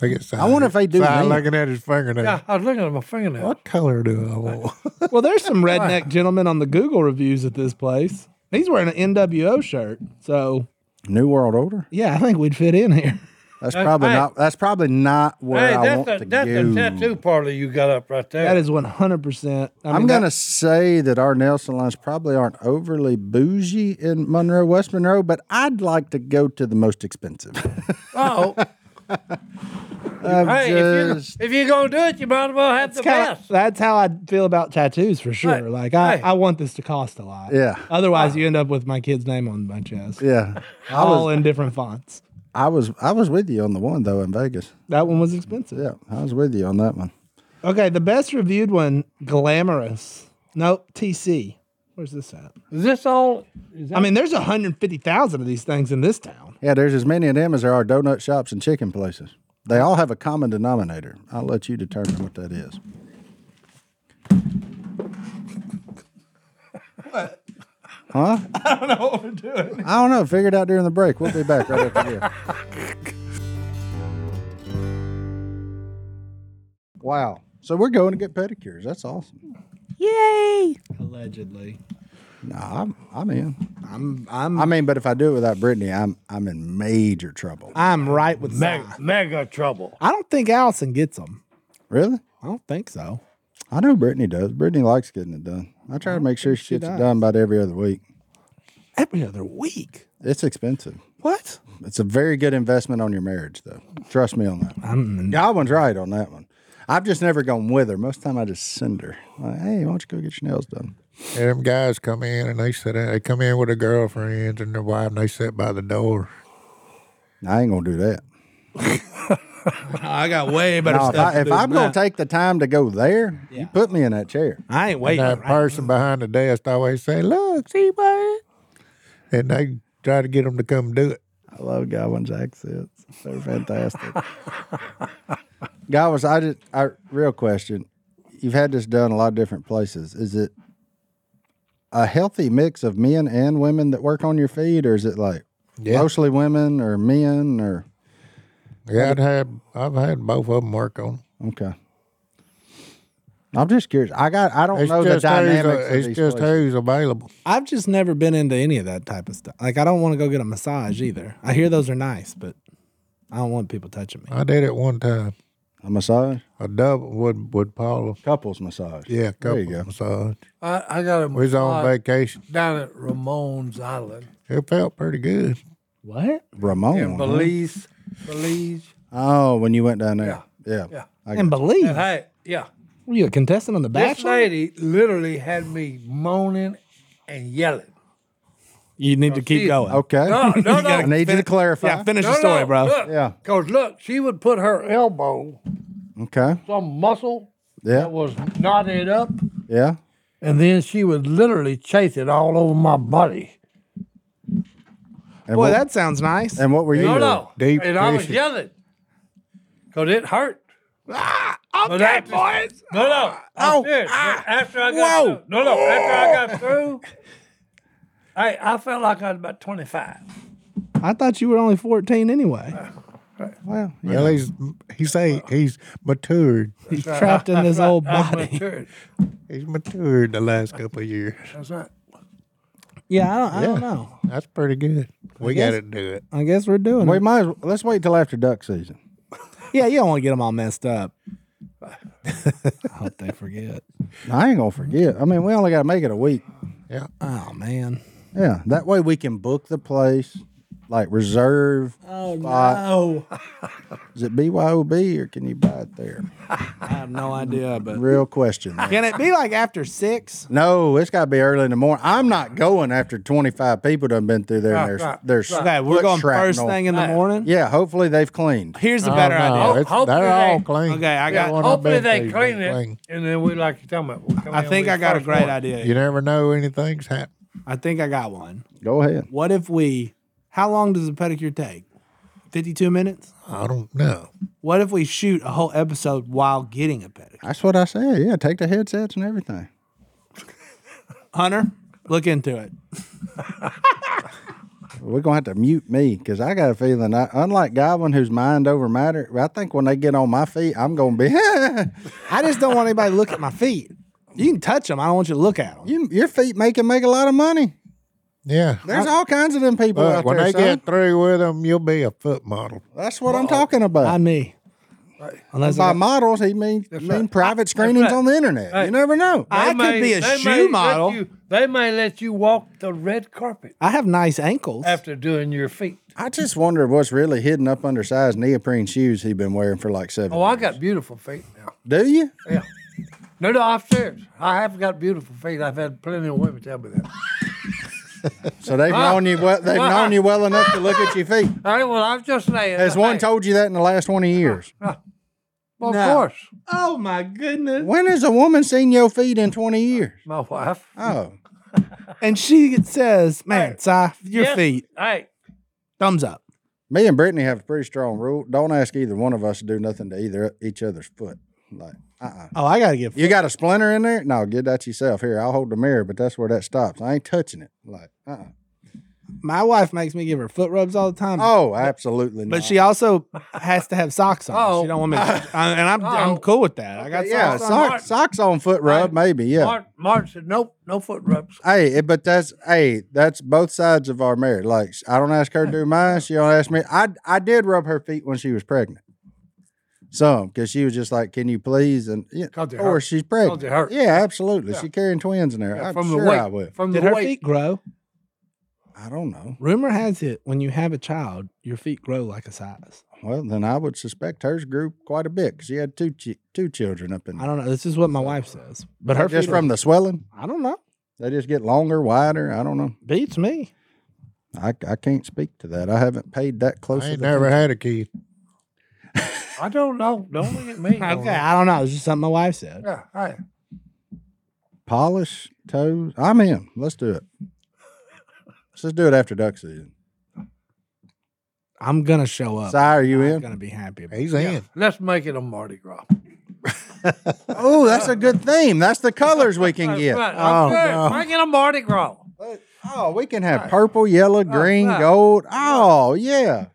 [SPEAKER 4] Look at Si.
[SPEAKER 3] [laughs] I wonder if they do
[SPEAKER 4] Si
[SPEAKER 3] that.
[SPEAKER 4] looking at his fingernail.
[SPEAKER 2] Yeah, I was looking at my fingernail.
[SPEAKER 4] What color do I
[SPEAKER 3] [laughs]
[SPEAKER 4] want?
[SPEAKER 5] Well, there's some redneck gentlemen on the Google reviews at this place. He's wearing an NWO shirt, so
[SPEAKER 3] New World Order.
[SPEAKER 5] yeah, I think we'd fit in here.
[SPEAKER 3] That's probably
[SPEAKER 2] hey.
[SPEAKER 3] not. That's probably not where
[SPEAKER 2] Hey,
[SPEAKER 3] I
[SPEAKER 2] that's
[SPEAKER 3] want
[SPEAKER 2] the
[SPEAKER 3] to
[SPEAKER 2] that's
[SPEAKER 3] go.
[SPEAKER 2] the tattoo parlor you got up right there.
[SPEAKER 5] That is 100. percent I
[SPEAKER 3] I'm
[SPEAKER 5] mean,
[SPEAKER 3] gonna
[SPEAKER 5] that-
[SPEAKER 3] say that our Nelson lines probably aren't overly bougie in Monroe, West Monroe, but I'd like to go to the most expensive.
[SPEAKER 2] [laughs] Oh,
[SPEAKER 3] [laughs] I'm
[SPEAKER 2] hey,
[SPEAKER 3] just-
[SPEAKER 2] if you if you're gonna do it, you might as well have the
[SPEAKER 5] It's kinda-
[SPEAKER 2] best.
[SPEAKER 5] that's how I feel about tattoos for sure.
[SPEAKER 2] Right,
[SPEAKER 5] Like I,
[SPEAKER 2] right.
[SPEAKER 5] I want this to cost a lot.
[SPEAKER 3] Yeah.
[SPEAKER 5] Otherwise, you end up with my kid's name on my chest,
[SPEAKER 3] yeah, I
[SPEAKER 5] all
[SPEAKER 3] was,
[SPEAKER 5] in different fonts.
[SPEAKER 3] I was, I was with you on the one though in Vegas.
[SPEAKER 5] That one was expensive.
[SPEAKER 3] Yeah, I was with you on that one.
[SPEAKER 5] Okay, the best reviewed one, glamorous. Nope, TC. Where's this at?
[SPEAKER 2] Is this all? Is that,
[SPEAKER 5] I mean, there's 150,000 of these things in this town.
[SPEAKER 3] Yeah, there's as many of them as there are donut shops and chicken places. They all have a common denominator. I'll let you determine what that is. Huh? I don't know what we're doing. I don't know. Figure it out during the break. We'll be back right after here. Wow. So we're going to get pedicures. That's awesome.
[SPEAKER 5] Allegedly.
[SPEAKER 3] Nah, I'm, I'm in.
[SPEAKER 5] I'm I'm
[SPEAKER 3] I mean, but if I do it without Brittany, I'm I'm in major trouble.
[SPEAKER 5] I'm right with
[SPEAKER 2] mega,
[SPEAKER 5] that.
[SPEAKER 2] mega trouble.
[SPEAKER 5] I don't think Allison gets them.
[SPEAKER 3] Really?
[SPEAKER 5] I don't think so.
[SPEAKER 3] I know Brittany does. Brittany likes getting it done. I try to make sure she gets it done about every other week.
[SPEAKER 5] Every other week.
[SPEAKER 3] It's expensive.
[SPEAKER 5] What?
[SPEAKER 3] It's a very good investment on your marriage, though. Trust me on that. One. Godwin's right on that one. I've just never gone with her. Most of the time, I just send her. Like, hey, why don't you go get your nails done?
[SPEAKER 4] And them guys come in and they sit down. They come in with their girlfriends and their wife and they sit by the door.
[SPEAKER 3] I ain't gonna do that.
[SPEAKER 5] [laughs] I got way better
[SPEAKER 3] No, if
[SPEAKER 5] stuff.
[SPEAKER 3] I, if I'm gonna take the time to go there, you put me in that chair.
[SPEAKER 5] I ain't
[SPEAKER 4] And
[SPEAKER 5] waiting.
[SPEAKER 4] that person behind the desk always say, look, see what? And they try to get them to come do it.
[SPEAKER 3] I love Godwin's accents. They're fantastic. Godwin's, I just, I, real question. You've had this done a lot of different places. Is it a healthy mix of men and women that work on your feet, or is it like
[SPEAKER 4] Yeah.
[SPEAKER 3] mostly women or men or?
[SPEAKER 4] Yeah, I'd had, I've had both of them work on 'em.
[SPEAKER 3] Okay. I'm just curious. I got, I don't
[SPEAKER 4] It's
[SPEAKER 3] know
[SPEAKER 4] just,
[SPEAKER 3] the
[SPEAKER 4] who's,
[SPEAKER 3] dynamics
[SPEAKER 4] a-
[SPEAKER 3] of
[SPEAKER 4] it's
[SPEAKER 3] these
[SPEAKER 4] just
[SPEAKER 3] places.
[SPEAKER 4] who's available.
[SPEAKER 5] I've just never been into any of that type of stuff. Like I don't want to go get a massage either. I hear those are nice, but I don't want people touching me.
[SPEAKER 4] I did it one time.
[SPEAKER 3] A massage,
[SPEAKER 4] A double with, with Paula.
[SPEAKER 3] couples massage.
[SPEAKER 4] Yeah,
[SPEAKER 3] There
[SPEAKER 4] couple
[SPEAKER 3] you go.
[SPEAKER 4] massage.
[SPEAKER 2] I, I got a
[SPEAKER 4] We was on
[SPEAKER 2] massage
[SPEAKER 4] vacation.
[SPEAKER 2] down at Ramon's Island
[SPEAKER 4] It felt pretty good.
[SPEAKER 5] What?
[SPEAKER 3] Ramon.
[SPEAKER 2] in
[SPEAKER 3] huh?
[SPEAKER 2] Belize. Belize.
[SPEAKER 3] Oh, when you went down there. Yeah.
[SPEAKER 2] Yeah.
[SPEAKER 3] I
[SPEAKER 5] And
[SPEAKER 3] got-
[SPEAKER 5] believe
[SPEAKER 2] And hey, yeah.
[SPEAKER 5] were you a contestant on The
[SPEAKER 2] This
[SPEAKER 5] Bachelor?
[SPEAKER 2] lady literally had me moaning and yelling.
[SPEAKER 5] You need to keep
[SPEAKER 2] she-
[SPEAKER 5] going.
[SPEAKER 3] Okay.
[SPEAKER 2] No, no, no.
[SPEAKER 3] [laughs] I need you to clarify.
[SPEAKER 5] Yeah, finish
[SPEAKER 2] No,
[SPEAKER 5] the story,
[SPEAKER 2] no,
[SPEAKER 5] bro.
[SPEAKER 2] Look,
[SPEAKER 3] Yeah.
[SPEAKER 2] Because look, she would put her elbow,
[SPEAKER 3] Okay.
[SPEAKER 2] some muscle that
[SPEAKER 3] Yeah.
[SPEAKER 2] was knotted up,
[SPEAKER 3] Yeah.
[SPEAKER 2] and then she would literally chase it all over my body.
[SPEAKER 3] And
[SPEAKER 5] Boy,
[SPEAKER 3] what,
[SPEAKER 5] that sounds nice.
[SPEAKER 3] and what were you?
[SPEAKER 2] No,
[SPEAKER 3] doing?
[SPEAKER 2] no.
[SPEAKER 4] deep
[SPEAKER 2] and I was
[SPEAKER 4] fishing.
[SPEAKER 2] yelling because it hurt.
[SPEAKER 4] Okay,
[SPEAKER 2] But after-
[SPEAKER 4] boys.
[SPEAKER 2] No, no. I
[SPEAKER 4] Ow,
[SPEAKER 2] did.
[SPEAKER 4] ah,
[SPEAKER 2] after I
[SPEAKER 4] whoa.
[SPEAKER 2] got through, no, no. After I got through, I I felt like I was about twenty five.
[SPEAKER 5] I thought you were only 14 anyway.
[SPEAKER 3] Well, you
[SPEAKER 4] Well, he's he's eight. He's matured.
[SPEAKER 5] He's trapped in
[SPEAKER 2] [laughs]
[SPEAKER 5] this old body.
[SPEAKER 4] He's matured the last couple of years.
[SPEAKER 2] That's right.
[SPEAKER 5] Yeah, I don't, I don't
[SPEAKER 4] Yeah.
[SPEAKER 5] know.
[SPEAKER 4] That's pretty good. We
[SPEAKER 5] guess-
[SPEAKER 4] got to do it.
[SPEAKER 5] I guess we're doing
[SPEAKER 3] know, we
[SPEAKER 5] it.
[SPEAKER 3] might. As well, let's wait till after duck season.
[SPEAKER 5] Yeah, you don't want to get them all messed up. [laughs] I hope they forget.
[SPEAKER 3] I ain't gonna forget. I mean, we only got to make it a week.
[SPEAKER 4] Yeah.
[SPEAKER 5] Oh, man.
[SPEAKER 3] Yeah. That way we can book the place, like reserve.
[SPEAKER 5] Oh,
[SPEAKER 3] Spot. Is it BYOB or can you buy it there?
[SPEAKER 5] [laughs] I have no idea, but.
[SPEAKER 3] Real question. there.
[SPEAKER 5] Can it be like after six?
[SPEAKER 3] No, it's got to be early in the morning. I'm not going after 25 people that have been through there.
[SPEAKER 2] Right,
[SPEAKER 3] and there's
[SPEAKER 2] right,
[SPEAKER 3] there's
[SPEAKER 5] Okay, we're
[SPEAKER 3] foot
[SPEAKER 5] going
[SPEAKER 3] shrapnel.
[SPEAKER 5] first thing in the morning.
[SPEAKER 3] Yeah, hopefully they've cleaned.
[SPEAKER 5] Here's the
[SPEAKER 4] Oh,
[SPEAKER 5] better
[SPEAKER 4] no,
[SPEAKER 5] idea.
[SPEAKER 4] it's-
[SPEAKER 2] Hopefully
[SPEAKER 4] they're all
[SPEAKER 2] they-
[SPEAKER 4] clean.
[SPEAKER 5] Okay, I
[SPEAKER 4] That
[SPEAKER 5] got-
[SPEAKER 4] one I
[SPEAKER 2] Hopefully
[SPEAKER 4] bet
[SPEAKER 2] they
[SPEAKER 4] they's
[SPEAKER 2] clean it,
[SPEAKER 4] clean.
[SPEAKER 2] and then we like you talking about. we'll come
[SPEAKER 5] I
[SPEAKER 2] in
[SPEAKER 5] think
[SPEAKER 2] with
[SPEAKER 5] I got a
[SPEAKER 2] first
[SPEAKER 5] great
[SPEAKER 2] one.
[SPEAKER 5] idea.
[SPEAKER 4] You never know anything's happened.
[SPEAKER 5] I think I got one.
[SPEAKER 3] Go ahead.
[SPEAKER 5] What if we? How long does a pedicure take? Fifty-two minutes.
[SPEAKER 4] I don't know.
[SPEAKER 5] What if we shoot a whole episode while getting a pedicure?
[SPEAKER 3] That's what I said. Yeah, take the headsets and everything.
[SPEAKER 5] Hunter, look into it.
[SPEAKER 3] We're gonna have to mute me because I got a feeling. I, unlike Godwin, who's mind over matter, I think when they get on my feet, I'm gonna be. [laughs]
[SPEAKER 5] I just don't want anybody to look at my feet. You can touch them. I don't want you to look at them.
[SPEAKER 3] you, your feet make can make a lot of money.
[SPEAKER 4] Yeah.
[SPEAKER 3] There's all kinds of them people
[SPEAKER 4] Look,
[SPEAKER 3] out
[SPEAKER 4] when
[SPEAKER 3] there.
[SPEAKER 4] they
[SPEAKER 3] son.
[SPEAKER 4] get through with them, you'll be a foot model.
[SPEAKER 3] That's what I'm talking about.
[SPEAKER 5] Not me. Unless
[SPEAKER 3] By
[SPEAKER 5] I, got-
[SPEAKER 3] models, he means mean private screenings
[SPEAKER 2] right.
[SPEAKER 3] on the internet. You
[SPEAKER 2] Right.
[SPEAKER 3] never know.
[SPEAKER 2] They
[SPEAKER 5] I could
[SPEAKER 2] may-
[SPEAKER 5] be a
[SPEAKER 2] they
[SPEAKER 5] shoe
[SPEAKER 2] may let
[SPEAKER 5] model.
[SPEAKER 2] you- they may let you walk the red carpet
[SPEAKER 5] I have nice ankles.
[SPEAKER 2] after doing your feet.
[SPEAKER 3] I just wonder what's really hidden up under size neoprene shoes he's been wearing for like seven.
[SPEAKER 2] Oh, I
[SPEAKER 3] years.
[SPEAKER 2] got beautiful feet now.
[SPEAKER 3] Do you?
[SPEAKER 2] No, no, I'm serious. I have got beautiful feet. I've had plenty of women tell me that.
[SPEAKER 3] So they've known you. Well, they've known you well enough to look at your feet.
[SPEAKER 2] All right, well, I'm just saying.
[SPEAKER 3] Has one
[SPEAKER 2] hey,
[SPEAKER 3] told you that in the last twenty years?
[SPEAKER 2] Well,
[SPEAKER 5] No.
[SPEAKER 2] of course,
[SPEAKER 5] oh my goodness!
[SPEAKER 3] When has a woman seen your feet in twenty
[SPEAKER 5] [laughs]
[SPEAKER 3] years?
[SPEAKER 2] my wife.
[SPEAKER 3] Oh,
[SPEAKER 5] And she says, "Man, Si, your
[SPEAKER 2] Yes.
[SPEAKER 5] feet,
[SPEAKER 2] Hey,
[SPEAKER 5] thumbs up."
[SPEAKER 3] me and Brittany have a pretty strong rule. Don't ask either one of us to do nothing to either each other's foot. Like, uh, uh
[SPEAKER 5] Oh, I gotta get.
[SPEAKER 3] you got a splinter in there? No, get that yourself. Here, I'll hold the mirror, but that's where that stops. I ain't touching it. Like, uh,
[SPEAKER 5] Um,
[SPEAKER 3] uh
[SPEAKER 5] My wife makes me give her foot rubs all the time.
[SPEAKER 3] oh, absolutely.
[SPEAKER 5] But
[SPEAKER 3] not.
[SPEAKER 5] she also has to have socks on.
[SPEAKER 2] Oh.
[SPEAKER 5] She don't want me.
[SPEAKER 3] [laughs]
[SPEAKER 5] To, I, and I'm I'm
[SPEAKER 2] Oh.
[SPEAKER 5] cool with that. I got
[SPEAKER 3] yeah,
[SPEAKER 5] socks.
[SPEAKER 3] sock-
[SPEAKER 2] Martin.
[SPEAKER 3] socks on foot rub,
[SPEAKER 2] Hey,
[SPEAKER 3] maybe. Yeah.
[SPEAKER 2] Mark, Mark said, nope, no foot rubs.
[SPEAKER 3] Hey, it- but that's hey, that's both sides of our marriage. Like I don't ask her to do mine. She don't ask me. I I did rub her feet when she was pregnant. Some because she was just like, "Can you please?" And yeah,
[SPEAKER 2] 'Cause they
[SPEAKER 5] Oh,
[SPEAKER 3] or
[SPEAKER 2] hurt.
[SPEAKER 3] she's pregnant.
[SPEAKER 2] they hurt.
[SPEAKER 3] Yeah, absolutely. She carrying twins in there.
[SPEAKER 2] Yeah,
[SPEAKER 3] I'm
[SPEAKER 2] from
[SPEAKER 3] sure
[SPEAKER 2] the weight.
[SPEAKER 3] I would.
[SPEAKER 2] From
[SPEAKER 5] Did
[SPEAKER 2] the
[SPEAKER 5] her
[SPEAKER 2] weight.
[SPEAKER 5] feet grow?
[SPEAKER 3] I don't know.
[SPEAKER 5] Rumor has it when you have a child, your feet grow like a size.
[SPEAKER 3] Well, then I would suspect hers grew quite a bit. 'cause She had two chi- two children up in
[SPEAKER 5] I
[SPEAKER 3] there.
[SPEAKER 5] don't know. This is what my wife says. But her
[SPEAKER 3] Just
[SPEAKER 5] feet
[SPEAKER 3] from
[SPEAKER 5] are-
[SPEAKER 3] the swelling,
[SPEAKER 5] I don't know.
[SPEAKER 3] they just get longer, wider. I don't know.
[SPEAKER 5] Beats me.
[SPEAKER 3] I, I can't speak to that. I haven't paid that close.
[SPEAKER 4] I ain't
[SPEAKER 3] of
[SPEAKER 4] never
[SPEAKER 3] attention.
[SPEAKER 4] had a kid.
[SPEAKER 2] I don't know. Don't look at me.
[SPEAKER 5] [laughs] Okay, I don't know. It's just something my wife said.
[SPEAKER 2] Yeah, hey.
[SPEAKER 3] polish toes. I'm in. Let's do it. Let's just do it after duck season.
[SPEAKER 5] I'm gonna show up.
[SPEAKER 3] Si, are you
[SPEAKER 5] I'm
[SPEAKER 3] in?
[SPEAKER 5] gonna be happy. About it.
[SPEAKER 4] He's in.
[SPEAKER 2] Let's make it a Mardi Gras.
[SPEAKER 3] Oh, that's a good theme. That's the colors
[SPEAKER 2] [laughs]
[SPEAKER 3] we can get.
[SPEAKER 2] Right, I'm
[SPEAKER 4] Oh,
[SPEAKER 2] serious.
[SPEAKER 4] no.
[SPEAKER 2] Make it a Mardi Gras.
[SPEAKER 3] Oh, we can have purple, yellow, green,
[SPEAKER 2] right.
[SPEAKER 3] gold. Oh, yeah.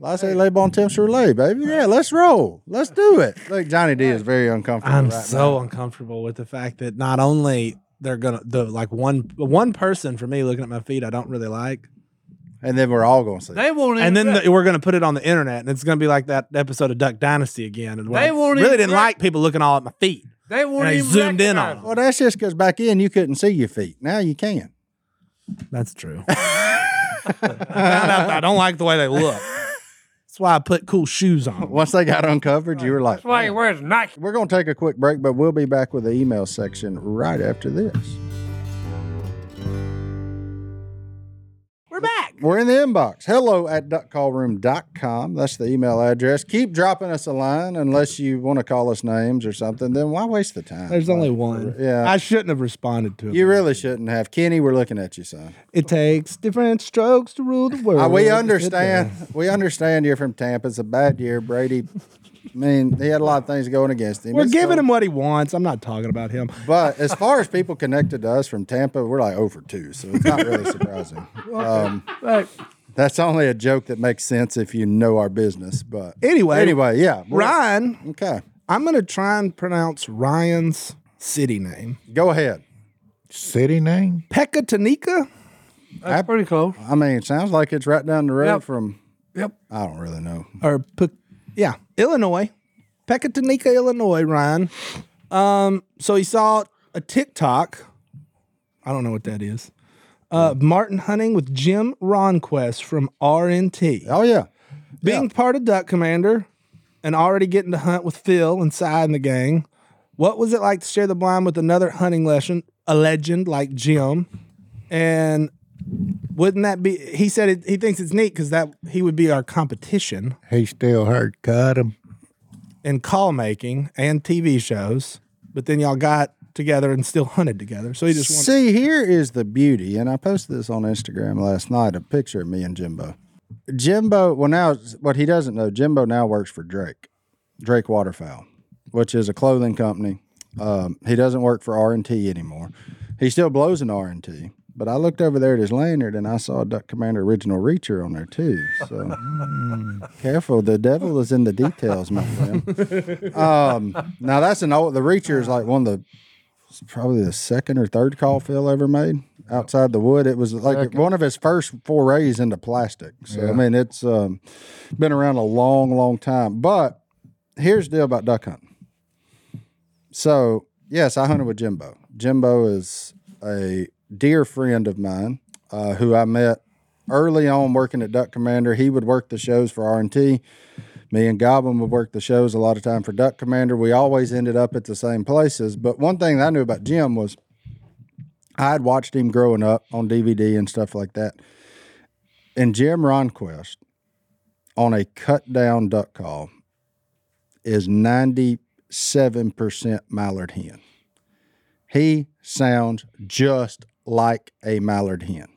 [SPEAKER 3] Laissez les bon temps sur les, baby. Yeah, let's roll. Let's do it. Look, Johnny D is very uncomfortable.
[SPEAKER 5] I'm
[SPEAKER 3] right
[SPEAKER 5] so uncomfortable with the fact that not only they're gonna the like one one person for me looking at my feet I don't really like,
[SPEAKER 3] now. And then we're all going to see. it.
[SPEAKER 2] They won't. even
[SPEAKER 5] and then
[SPEAKER 2] dress.
[SPEAKER 5] the, we're going to put it on the internet, and it's going to be like that episode of Duck Dynasty again. And where
[SPEAKER 2] They
[SPEAKER 5] I
[SPEAKER 2] won't
[SPEAKER 5] really
[SPEAKER 2] even
[SPEAKER 5] didn't
[SPEAKER 2] rec-
[SPEAKER 5] like people looking all at my feet.
[SPEAKER 2] they won't
[SPEAKER 5] and I
[SPEAKER 2] even
[SPEAKER 5] zoomed in
[SPEAKER 2] recognize
[SPEAKER 5] on
[SPEAKER 2] it.
[SPEAKER 3] Well, that's just because back in you couldn't see your feet. Now you can.
[SPEAKER 5] That's true. I found out that [laughs] I don't like the way they look. That's why I put cool shoes on.
[SPEAKER 3] Once they got uncovered, you were like,
[SPEAKER 2] That's why he wears Nike.
[SPEAKER 3] We're going to take a quick break, but we'll be back with the email section right after this.
[SPEAKER 5] We're back.
[SPEAKER 3] We're in the inbox. Hello at duckcallroom.com. That's the email address. Keep dropping us a line unless you want to call us names or something. Then why waste the time?
[SPEAKER 5] There's only
[SPEAKER 3] Like,
[SPEAKER 5] one.
[SPEAKER 3] Yeah.
[SPEAKER 5] I shouldn't have responded to it.
[SPEAKER 3] you really shouldn't have. Kenny, we're looking at you, son.
[SPEAKER 5] It takes different strokes to rule the world.
[SPEAKER 3] Uh, we
[SPEAKER 5] Sit
[SPEAKER 3] understand.
[SPEAKER 5] down.
[SPEAKER 3] We understand you're from Tampa. It's a bad year. Brady, I mean, he had a lot of things going against him.
[SPEAKER 5] We're
[SPEAKER 3] It's
[SPEAKER 5] giving
[SPEAKER 3] cool.
[SPEAKER 5] him what he wants. I'm not talking about him.
[SPEAKER 3] [laughs] But as far as people connected to us from Tampa, we're like over two, so it's not really surprising. Um,
[SPEAKER 2] Right.
[SPEAKER 3] that's only a joke that makes sense if you know our business. But
[SPEAKER 5] Anyway.
[SPEAKER 3] anyway, yeah, we're-
[SPEAKER 5] Ryan,
[SPEAKER 3] Okay,
[SPEAKER 5] I'm going to try and pronounce Ryan's city name.
[SPEAKER 3] go ahead.
[SPEAKER 4] City name?
[SPEAKER 5] Pekka Tanika?
[SPEAKER 2] That's pretty close.
[SPEAKER 3] I mean, it sounds like it's right down the road
[SPEAKER 2] Yep.
[SPEAKER 3] from.
[SPEAKER 2] Yep.
[SPEAKER 3] I don't really know.
[SPEAKER 5] Or, Pe- yeah, Illinois. Pekka Tanika, Illinois, Ryan. Um, so he saw a TikTok. I don't know what that is. Uh, Martin Hunting with Jim Ronquest from RNT.
[SPEAKER 3] Oh yeah,
[SPEAKER 5] Being part of Duck Commander and already getting to hunt with Phil and Cy and the gang, what was it like to share the blind with another hunting legend, a legend like Jim? And wouldn't that be? He said it, he thinks it's neat because that he would be our competition
[SPEAKER 4] He still hard cut him.
[SPEAKER 5] in call making and TV shows. But then y'all got together and still hunted together. So he just wanted,
[SPEAKER 3] See, here is the beauty, and I posted this on Instagram last night a picture of me and Jimbo. Jimbo, well, now what he doesn't know, Jimbo now works for Drake, Drake Waterfowl, which is a clothing company. Um, he doesn't work for R and T anymore. He still blows an R and T, but I looked over there at his lanyard and I saw a Duck Commander Original Reacher on there too. So careful, the devil is in the details, my friend. Um, now that's an old. The Reacher is like one of the probably the second or third call Phil ever made outside the wood. It was like one of his first forays into plastic. So I mean, it's um, been around a long, long time. But here's the deal about duck hunting. So yes, I hunted with Jimbo. Jimbo is a dear friend of mine uh, who I met early on working at Duck Commander. He would work the shows for R and T. Me and Goblin would work the shows a lot of time for Duck Commander. We always ended up at the same places. But one thing that I knew about Jim was I had watched him growing up on DVD and stuff like that. And Jim Ronquist on a cut down duck call is 97% mallard hen. He sounds just like a mallard hen.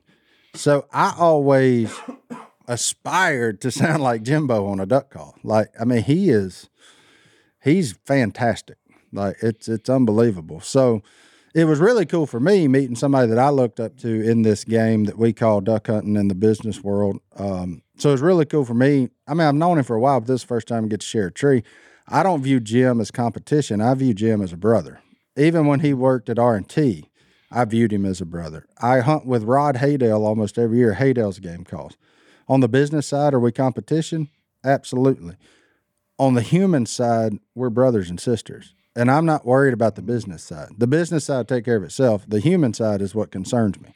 [SPEAKER 3] So I always aspired to [laughs] sound like Jimbo on a duck call. Like, I mean, he is he's fantastic. Like it's it's unbelievable. So it was really cool for me meeting somebody that I looked up to in this game that we call duck hunting in the business world. Um, so it was really cool for me. I mean, I've known him for a while, but this is the first time I get to share a tree. I don't view Jim as competition. I view Jim as a brother. Even when he worked at R and T, I viewed him as a brother. I hunt with Rod Haydale almost every year. Haydale's game calls. On the business side, are we competition? Absolutely. On the human side, we're brothers and sisters. And I'm not worried about the business side. The business side take care of itself. The human side is what concerns me.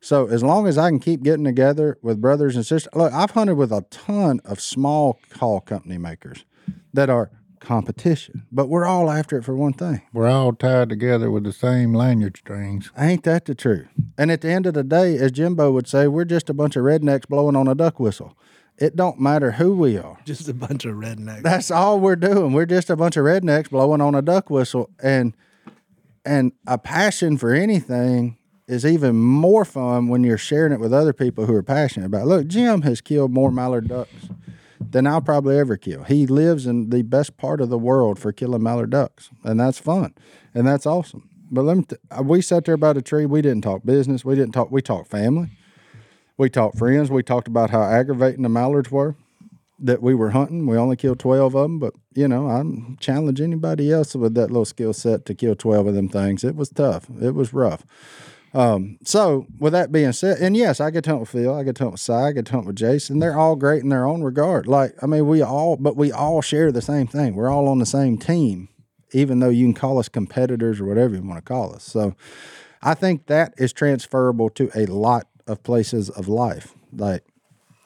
[SPEAKER 3] So as long as I can keep getting together with brothers and sisters, look, I've hunted with a ton of small call company makers that are competition, but we're all after it for one thing.
[SPEAKER 4] We're all tied together with the same lanyard strings.
[SPEAKER 3] Ain't that the truth? And at the end of the day, as Jimbo would say, we're just a bunch of rednecks blowing on a duck whistle. It don't matter who we are.
[SPEAKER 5] just a bunch of rednecks.
[SPEAKER 3] That's all we're doing. We're just a bunch of rednecks blowing on a duck whistle. And and a passion for anything is even more fun when you're sharing it with other people who are passionate about. it. Look, Jim has killed more mallard ducks than I'll probably ever kill. He lives in the best part of the world for killing mallard ducks, and that's fun, and that's awesome. But let me. T- uh, we sat there by the tree. We didn't talk business. We didn't talk. We talked family. We talked friends. We talked about how aggravating the mallards were that we were hunting. We only killed 12 of them, but you know, I challenge anybody else with that little skill set to kill 12 of them things. It was tough. It was rough. Um, so with that being said, and yes, I get to hunt with Phil, I get to hunt with Cy, I get to hunt with Jason. They're all great in their own regard. Like, I mean, we all, but we all share the same thing. We're all on the same team, even though you can call us competitors or whatever you want to call us. So, I think that is transferable to a lot of places of life. Like,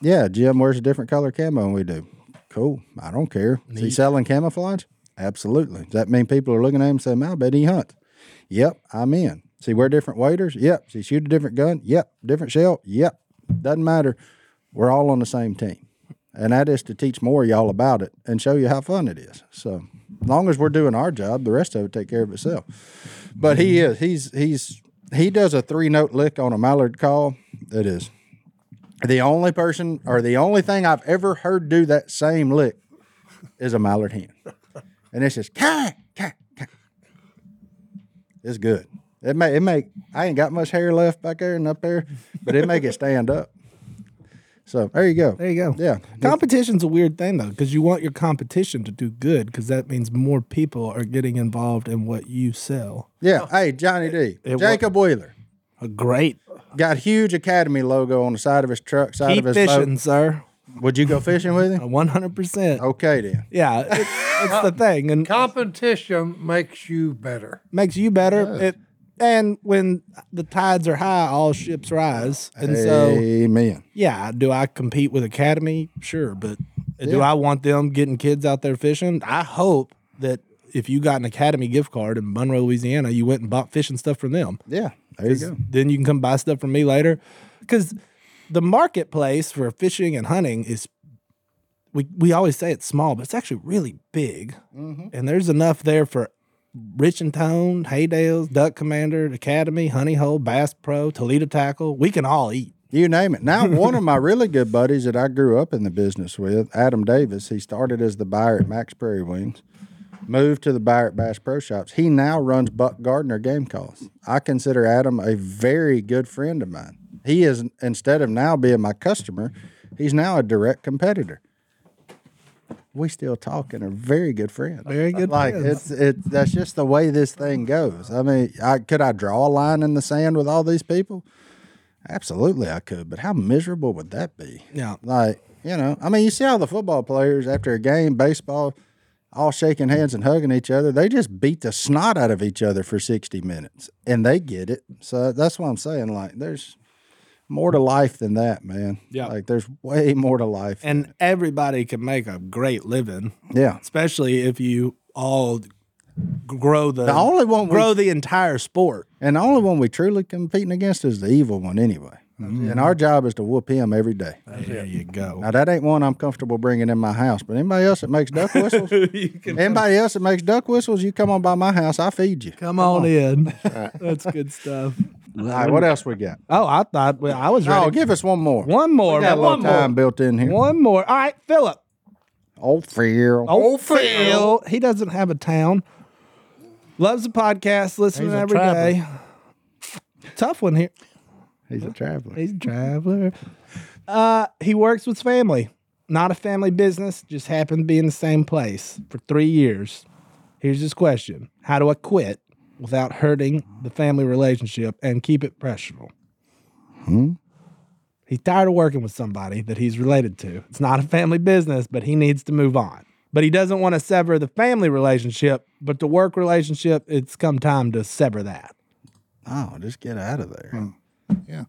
[SPEAKER 3] yeah, Jim wears a different color camo than we do. Cool. I don't care. Is he selling camouflage? Absolutely. Does that mean people are looking at him and saying, I bet he hunts? Yep, I'm in. Does he wear different waders? Yep. Does he shoot a different gun? Yep. Different shell? Yep. Doesn't matter. We're all on the same team. And that is to teach more of y'all about it and show you how fun it is. So as long as we're doing our job, the rest of it take care of itself. But he is he's he's he does a three note lick on a mallard call. It is the only person or the only thing I've ever heard do that same lick is a mallard hen. And it's just cat, cat, cat. It's good. It may it make I ain't got much hair left back there and up there, but it make it stand up. So there you go.
[SPEAKER 5] There you go.
[SPEAKER 3] Yeah.
[SPEAKER 5] Competition's a weird thing though, because you want your competition to do good, because that means more people are getting involved in what you sell.
[SPEAKER 3] Yeah. Hey, Johnny D.
[SPEAKER 5] Oh. it
[SPEAKER 3] Jacob Wheeler.
[SPEAKER 5] A great
[SPEAKER 3] Got huge Academy logo on the side of his truck, side
[SPEAKER 5] keep
[SPEAKER 3] of his boat.
[SPEAKER 5] fishing, sir.
[SPEAKER 3] Would you go fishing with
[SPEAKER 5] [laughs]
[SPEAKER 3] him?
[SPEAKER 5] One hundred percent.
[SPEAKER 3] Okay then.
[SPEAKER 5] Yeah, it,
[SPEAKER 3] [laughs]
[SPEAKER 5] it's the thing, and
[SPEAKER 2] Competition makes you better.
[SPEAKER 5] makes you better. It, and when the tides are high, all ships rise. And so,
[SPEAKER 3] Amen.
[SPEAKER 5] yeah, do I compete with Academy? Sure, but do I want them getting kids out there fishing? I hope that if you got an Academy gift card in Monroe, Louisiana, you went and bought fishing stuff from them.
[SPEAKER 3] Yeah. There you go.
[SPEAKER 5] Then you can come buy stuff from me later, because the marketplace for fishing and hunting is. We, we always say it's small, but it's actually really big.
[SPEAKER 3] Mm-hmm.
[SPEAKER 5] And there's enough there for Rich and Tone, Haydales, Duck Commander, Academy, Honey Hole, Bass Pro, Toledo Tackle. We can all eat.
[SPEAKER 3] You name it. Now, one
[SPEAKER 5] [laughs]
[SPEAKER 3] of my really good buddies that I grew up in the business with, Adam Davis, he started as the buyer at Max Prairie Wings, moved to the buyer at Bass Pro Shops. He now runs Buck Gardner Game Calls. I consider Adam a very good friend of mine. He is, instead of now being my customer, he's now a direct competitor. We still talk and are very good friends.
[SPEAKER 5] Very good
[SPEAKER 3] Like it's
[SPEAKER 5] friends.
[SPEAKER 3] it. That's just the way this thing goes. I mean, I could I draw a line in the sand with all these people? Absolutely, I could. But how miserable would that be?
[SPEAKER 5] Yeah.
[SPEAKER 3] Like, you know, I mean, you see all the football players after a game, baseball, all shaking hands and hugging each other. They just beat the snot out of each other for 60 minutes and they get it. So that's what I'm saying. Like, there's more to life than that, man.
[SPEAKER 5] Yeah.
[SPEAKER 3] Like, there's way more to life.
[SPEAKER 5] And everybody can make a great living,
[SPEAKER 3] yeah.
[SPEAKER 5] especially if you all g- grow the,
[SPEAKER 3] The only one we
[SPEAKER 5] grow the entire sport.
[SPEAKER 3] And the only one we truly competing against is the evil one anyway.
[SPEAKER 5] Mm-hmm.
[SPEAKER 3] And our job is to whoop him every day.
[SPEAKER 5] There you go.
[SPEAKER 3] Now that ain't one I'm comfortable bringing in my house, but anybody else that makes
[SPEAKER 5] [laughs]
[SPEAKER 3] duck whistles, anybody else that makes duck whistles, you come on by my house, I feed you.
[SPEAKER 5] Come on in. [laughs] That's good [laughs] stuff.
[SPEAKER 3] All right, what else we got?
[SPEAKER 5] Oh, I thought well, I was ready.
[SPEAKER 3] Oh, give us one more.
[SPEAKER 5] one more,
[SPEAKER 3] we got
[SPEAKER 5] man.
[SPEAKER 3] a little
[SPEAKER 5] One
[SPEAKER 3] time
[SPEAKER 5] more.
[SPEAKER 3] built in here.
[SPEAKER 5] One more. All right, Philip.
[SPEAKER 3] Old fear.
[SPEAKER 5] Oh, Phil. He doesn't have a town. Loves the podcast, listening
[SPEAKER 4] He's a
[SPEAKER 5] every day.
[SPEAKER 4] traveler.
[SPEAKER 5] Tough one here.
[SPEAKER 3] He's a traveler.
[SPEAKER 5] He's a traveler. [laughs] Uh, he works with family. Not a family business, just happened to be in the same place for three years. Here's his question How do I quit without hurting the family relationship and keep it professional? Hmm? He's tired of working with somebody that he's related to. It's not a family business, but he needs to move on. But he doesn't want to sever the family relationship, but the work relationship, it's come time to sever that.
[SPEAKER 3] Oh, just get out of there.
[SPEAKER 4] Yeah.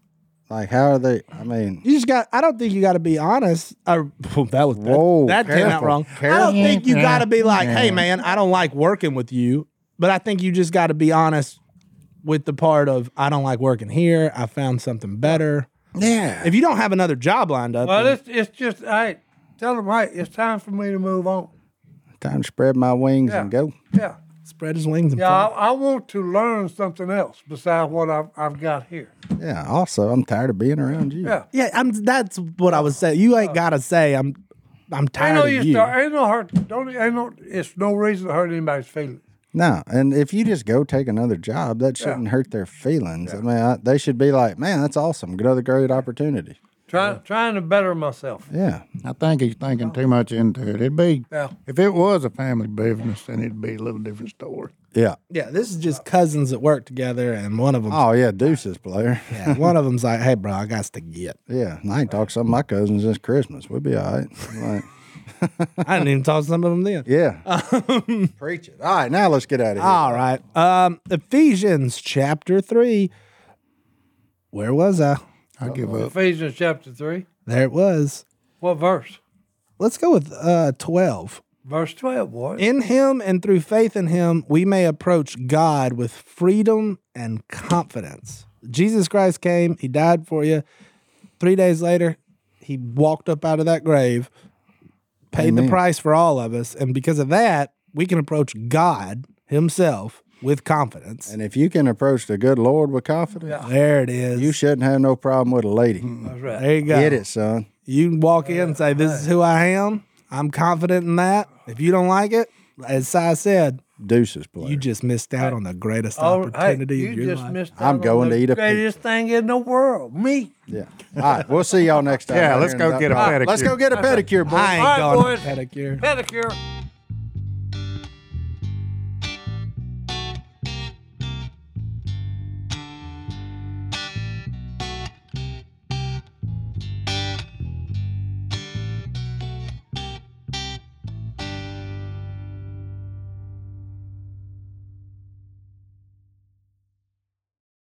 [SPEAKER 3] Like how are they? I mean,
[SPEAKER 5] You just got. I don't think you got to be honest. Or [laughs] that was that,
[SPEAKER 3] Whoa,
[SPEAKER 5] that came out
[SPEAKER 3] careful,
[SPEAKER 5] wrong. I
[SPEAKER 3] careful.
[SPEAKER 5] don't think you got to be like, hey man, I don't like working with you. But I think you just got to be honest with the part of I don't like working here. I found something better.
[SPEAKER 3] yeah.
[SPEAKER 5] If you don't have another job lined up,
[SPEAKER 2] Well,
[SPEAKER 5] then-
[SPEAKER 2] it's, it's just, hey, tell them, hey, it's time for me to move on.
[SPEAKER 3] Time to spread my wings and
[SPEAKER 2] Yeah.
[SPEAKER 3] go.
[SPEAKER 2] Yeah.
[SPEAKER 5] spread his wings and
[SPEAKER 2] Yeah,
[SPEAKER 5] fly.
[SPEAKER 2] I, I want to learn something else besides what I've, I've got here.
[SPEAKER 3] Yeah. Also, I'm tired of being around you.
[SPEAKER 2] Yeah.
[SPEAKER 5] Yeah, I'm. That's what I was saying. You ain't got to say I'm. I'm
[SPEAKER 2] Ain't
[SPEAKER 5] tired
[SPEAKER 2] no
[SPEAKER 5] of
[SPEAKER 2] use
[SPEAKER 5] you.
[SPEAKER 2] to, ain't no hurt. Don't ain't no. It's no reason to hurt anybody's feelings.
[SPEAKER 3] No, and if you just go take another job, that shouldn't hurt their feelings. I mean, I, they should be like, "Man, that's awesome! Another great opportunity."
[SPEAKER 2] Try, Trying to better myself.
[SPEAKER 3] Yeah,
[SPEAKER 4] I think he's thinking too much into it. It'd be
[SPEAKER 2] Yeah.
[SPEAKER 4] if it was a family business, then it'd be a little different story.
[SPEAKER 3] yeah.
[SPEAKER 5] Yeah, this is just cousins that work together, and one of them.
[SPEAKER 3] Oh yeah, deuces, player.
[SPEAKER 5] Yeah, [laughs] one of them's like, hey bro, I got to get.
[SPEAKER 3] Yeah, and I ain't talked to some of my cousins since Christmas. We'll be all right. Like,
[SPEAKER 5] I didn't even talk to some of them then.
[SPEAKER 4] [laughs]
[SPEAKER 3] yeah,
[SPEAKER 4] Um,
[SPEAKER 3] preach it. All right, now let's get out of here.
[SPEAKER 5] All right. Um, Ephesians chapter three. Where was I?
[SPEAKER 4] I give up.
[SPEAKER 2] Ephesians chapter three.
[SPEAKER 5] There it was.
[SPEAKER 2] What verse?
[SPEAKER 5] Let's go with uh, 12.
[SPEAKER 2] Verse twelve. Boy.
[SPEAKER 5] In him and through faith in him, we may approach God with freedom and confidence. Jesus Christ came, he died for you. Three days later, he walked up out of that grave, paid the
[SPEAKER 3] Amen.
[SPEAKER 5] price for all of us. And because of that, we can approach God Himself with confidence.
[SPEAKER 3] And if you can approach the good Lord with confidence,
[SPEAKER 5] there it is.
[SPEAKER 3] you shouldn't have no problem with a lady.
[SPEAKER 2] That's right.
[SPEAKER 5] there you go.
[SPEAKER 3] Get it, son.
[SPEAKER 5] You can walk in and say, This is who I am. I'm confident in that. If you don't like it, as Si said,
[SPEAKER 3] Deuces player.
[SPEAKER 5] you just missed out on the greatest
[SPEAKER 2] Oh, hey,
[SPEAKER 5] opportunity of
[SPEAKER 2] you
[SPEAKER 5] your
[SPEAKER 2] just
[SPEAKER 5] life.
[SPEAKER 2] missed.
[SPEAKER 3] I'm
[SPEAKER 2] out on
[SPEAKER 3] going
[SPEAKER 2] the
[SPEAKER 3] to eat a
[SPEAKER 2] greatest thing in the world. Me.
[SPEAKER 3] yeah. All right. We'll see y'all next time.
[SPEAKER 4] Yeah,
[SPEAKER 3] right
[SPEAKER 4] let's
[SPEAKER 3] here
[SPEAKER 4] go
[SPEAKER 3] in
[SPEAKER 4] get a
[SPEAKER 3] about- All right, Let's
[SPEAKER 4] pedicure.
[SPEAKER 3] go get a pedicure, boy.
[SPEAKER 5] I ain't
[SPEAKER 2] All right,
[SPEAKER 5] going
[SPEAKER 2] boys.
[SPEAKER 5] pedicure.
[SPEAKER 2] Pedicure.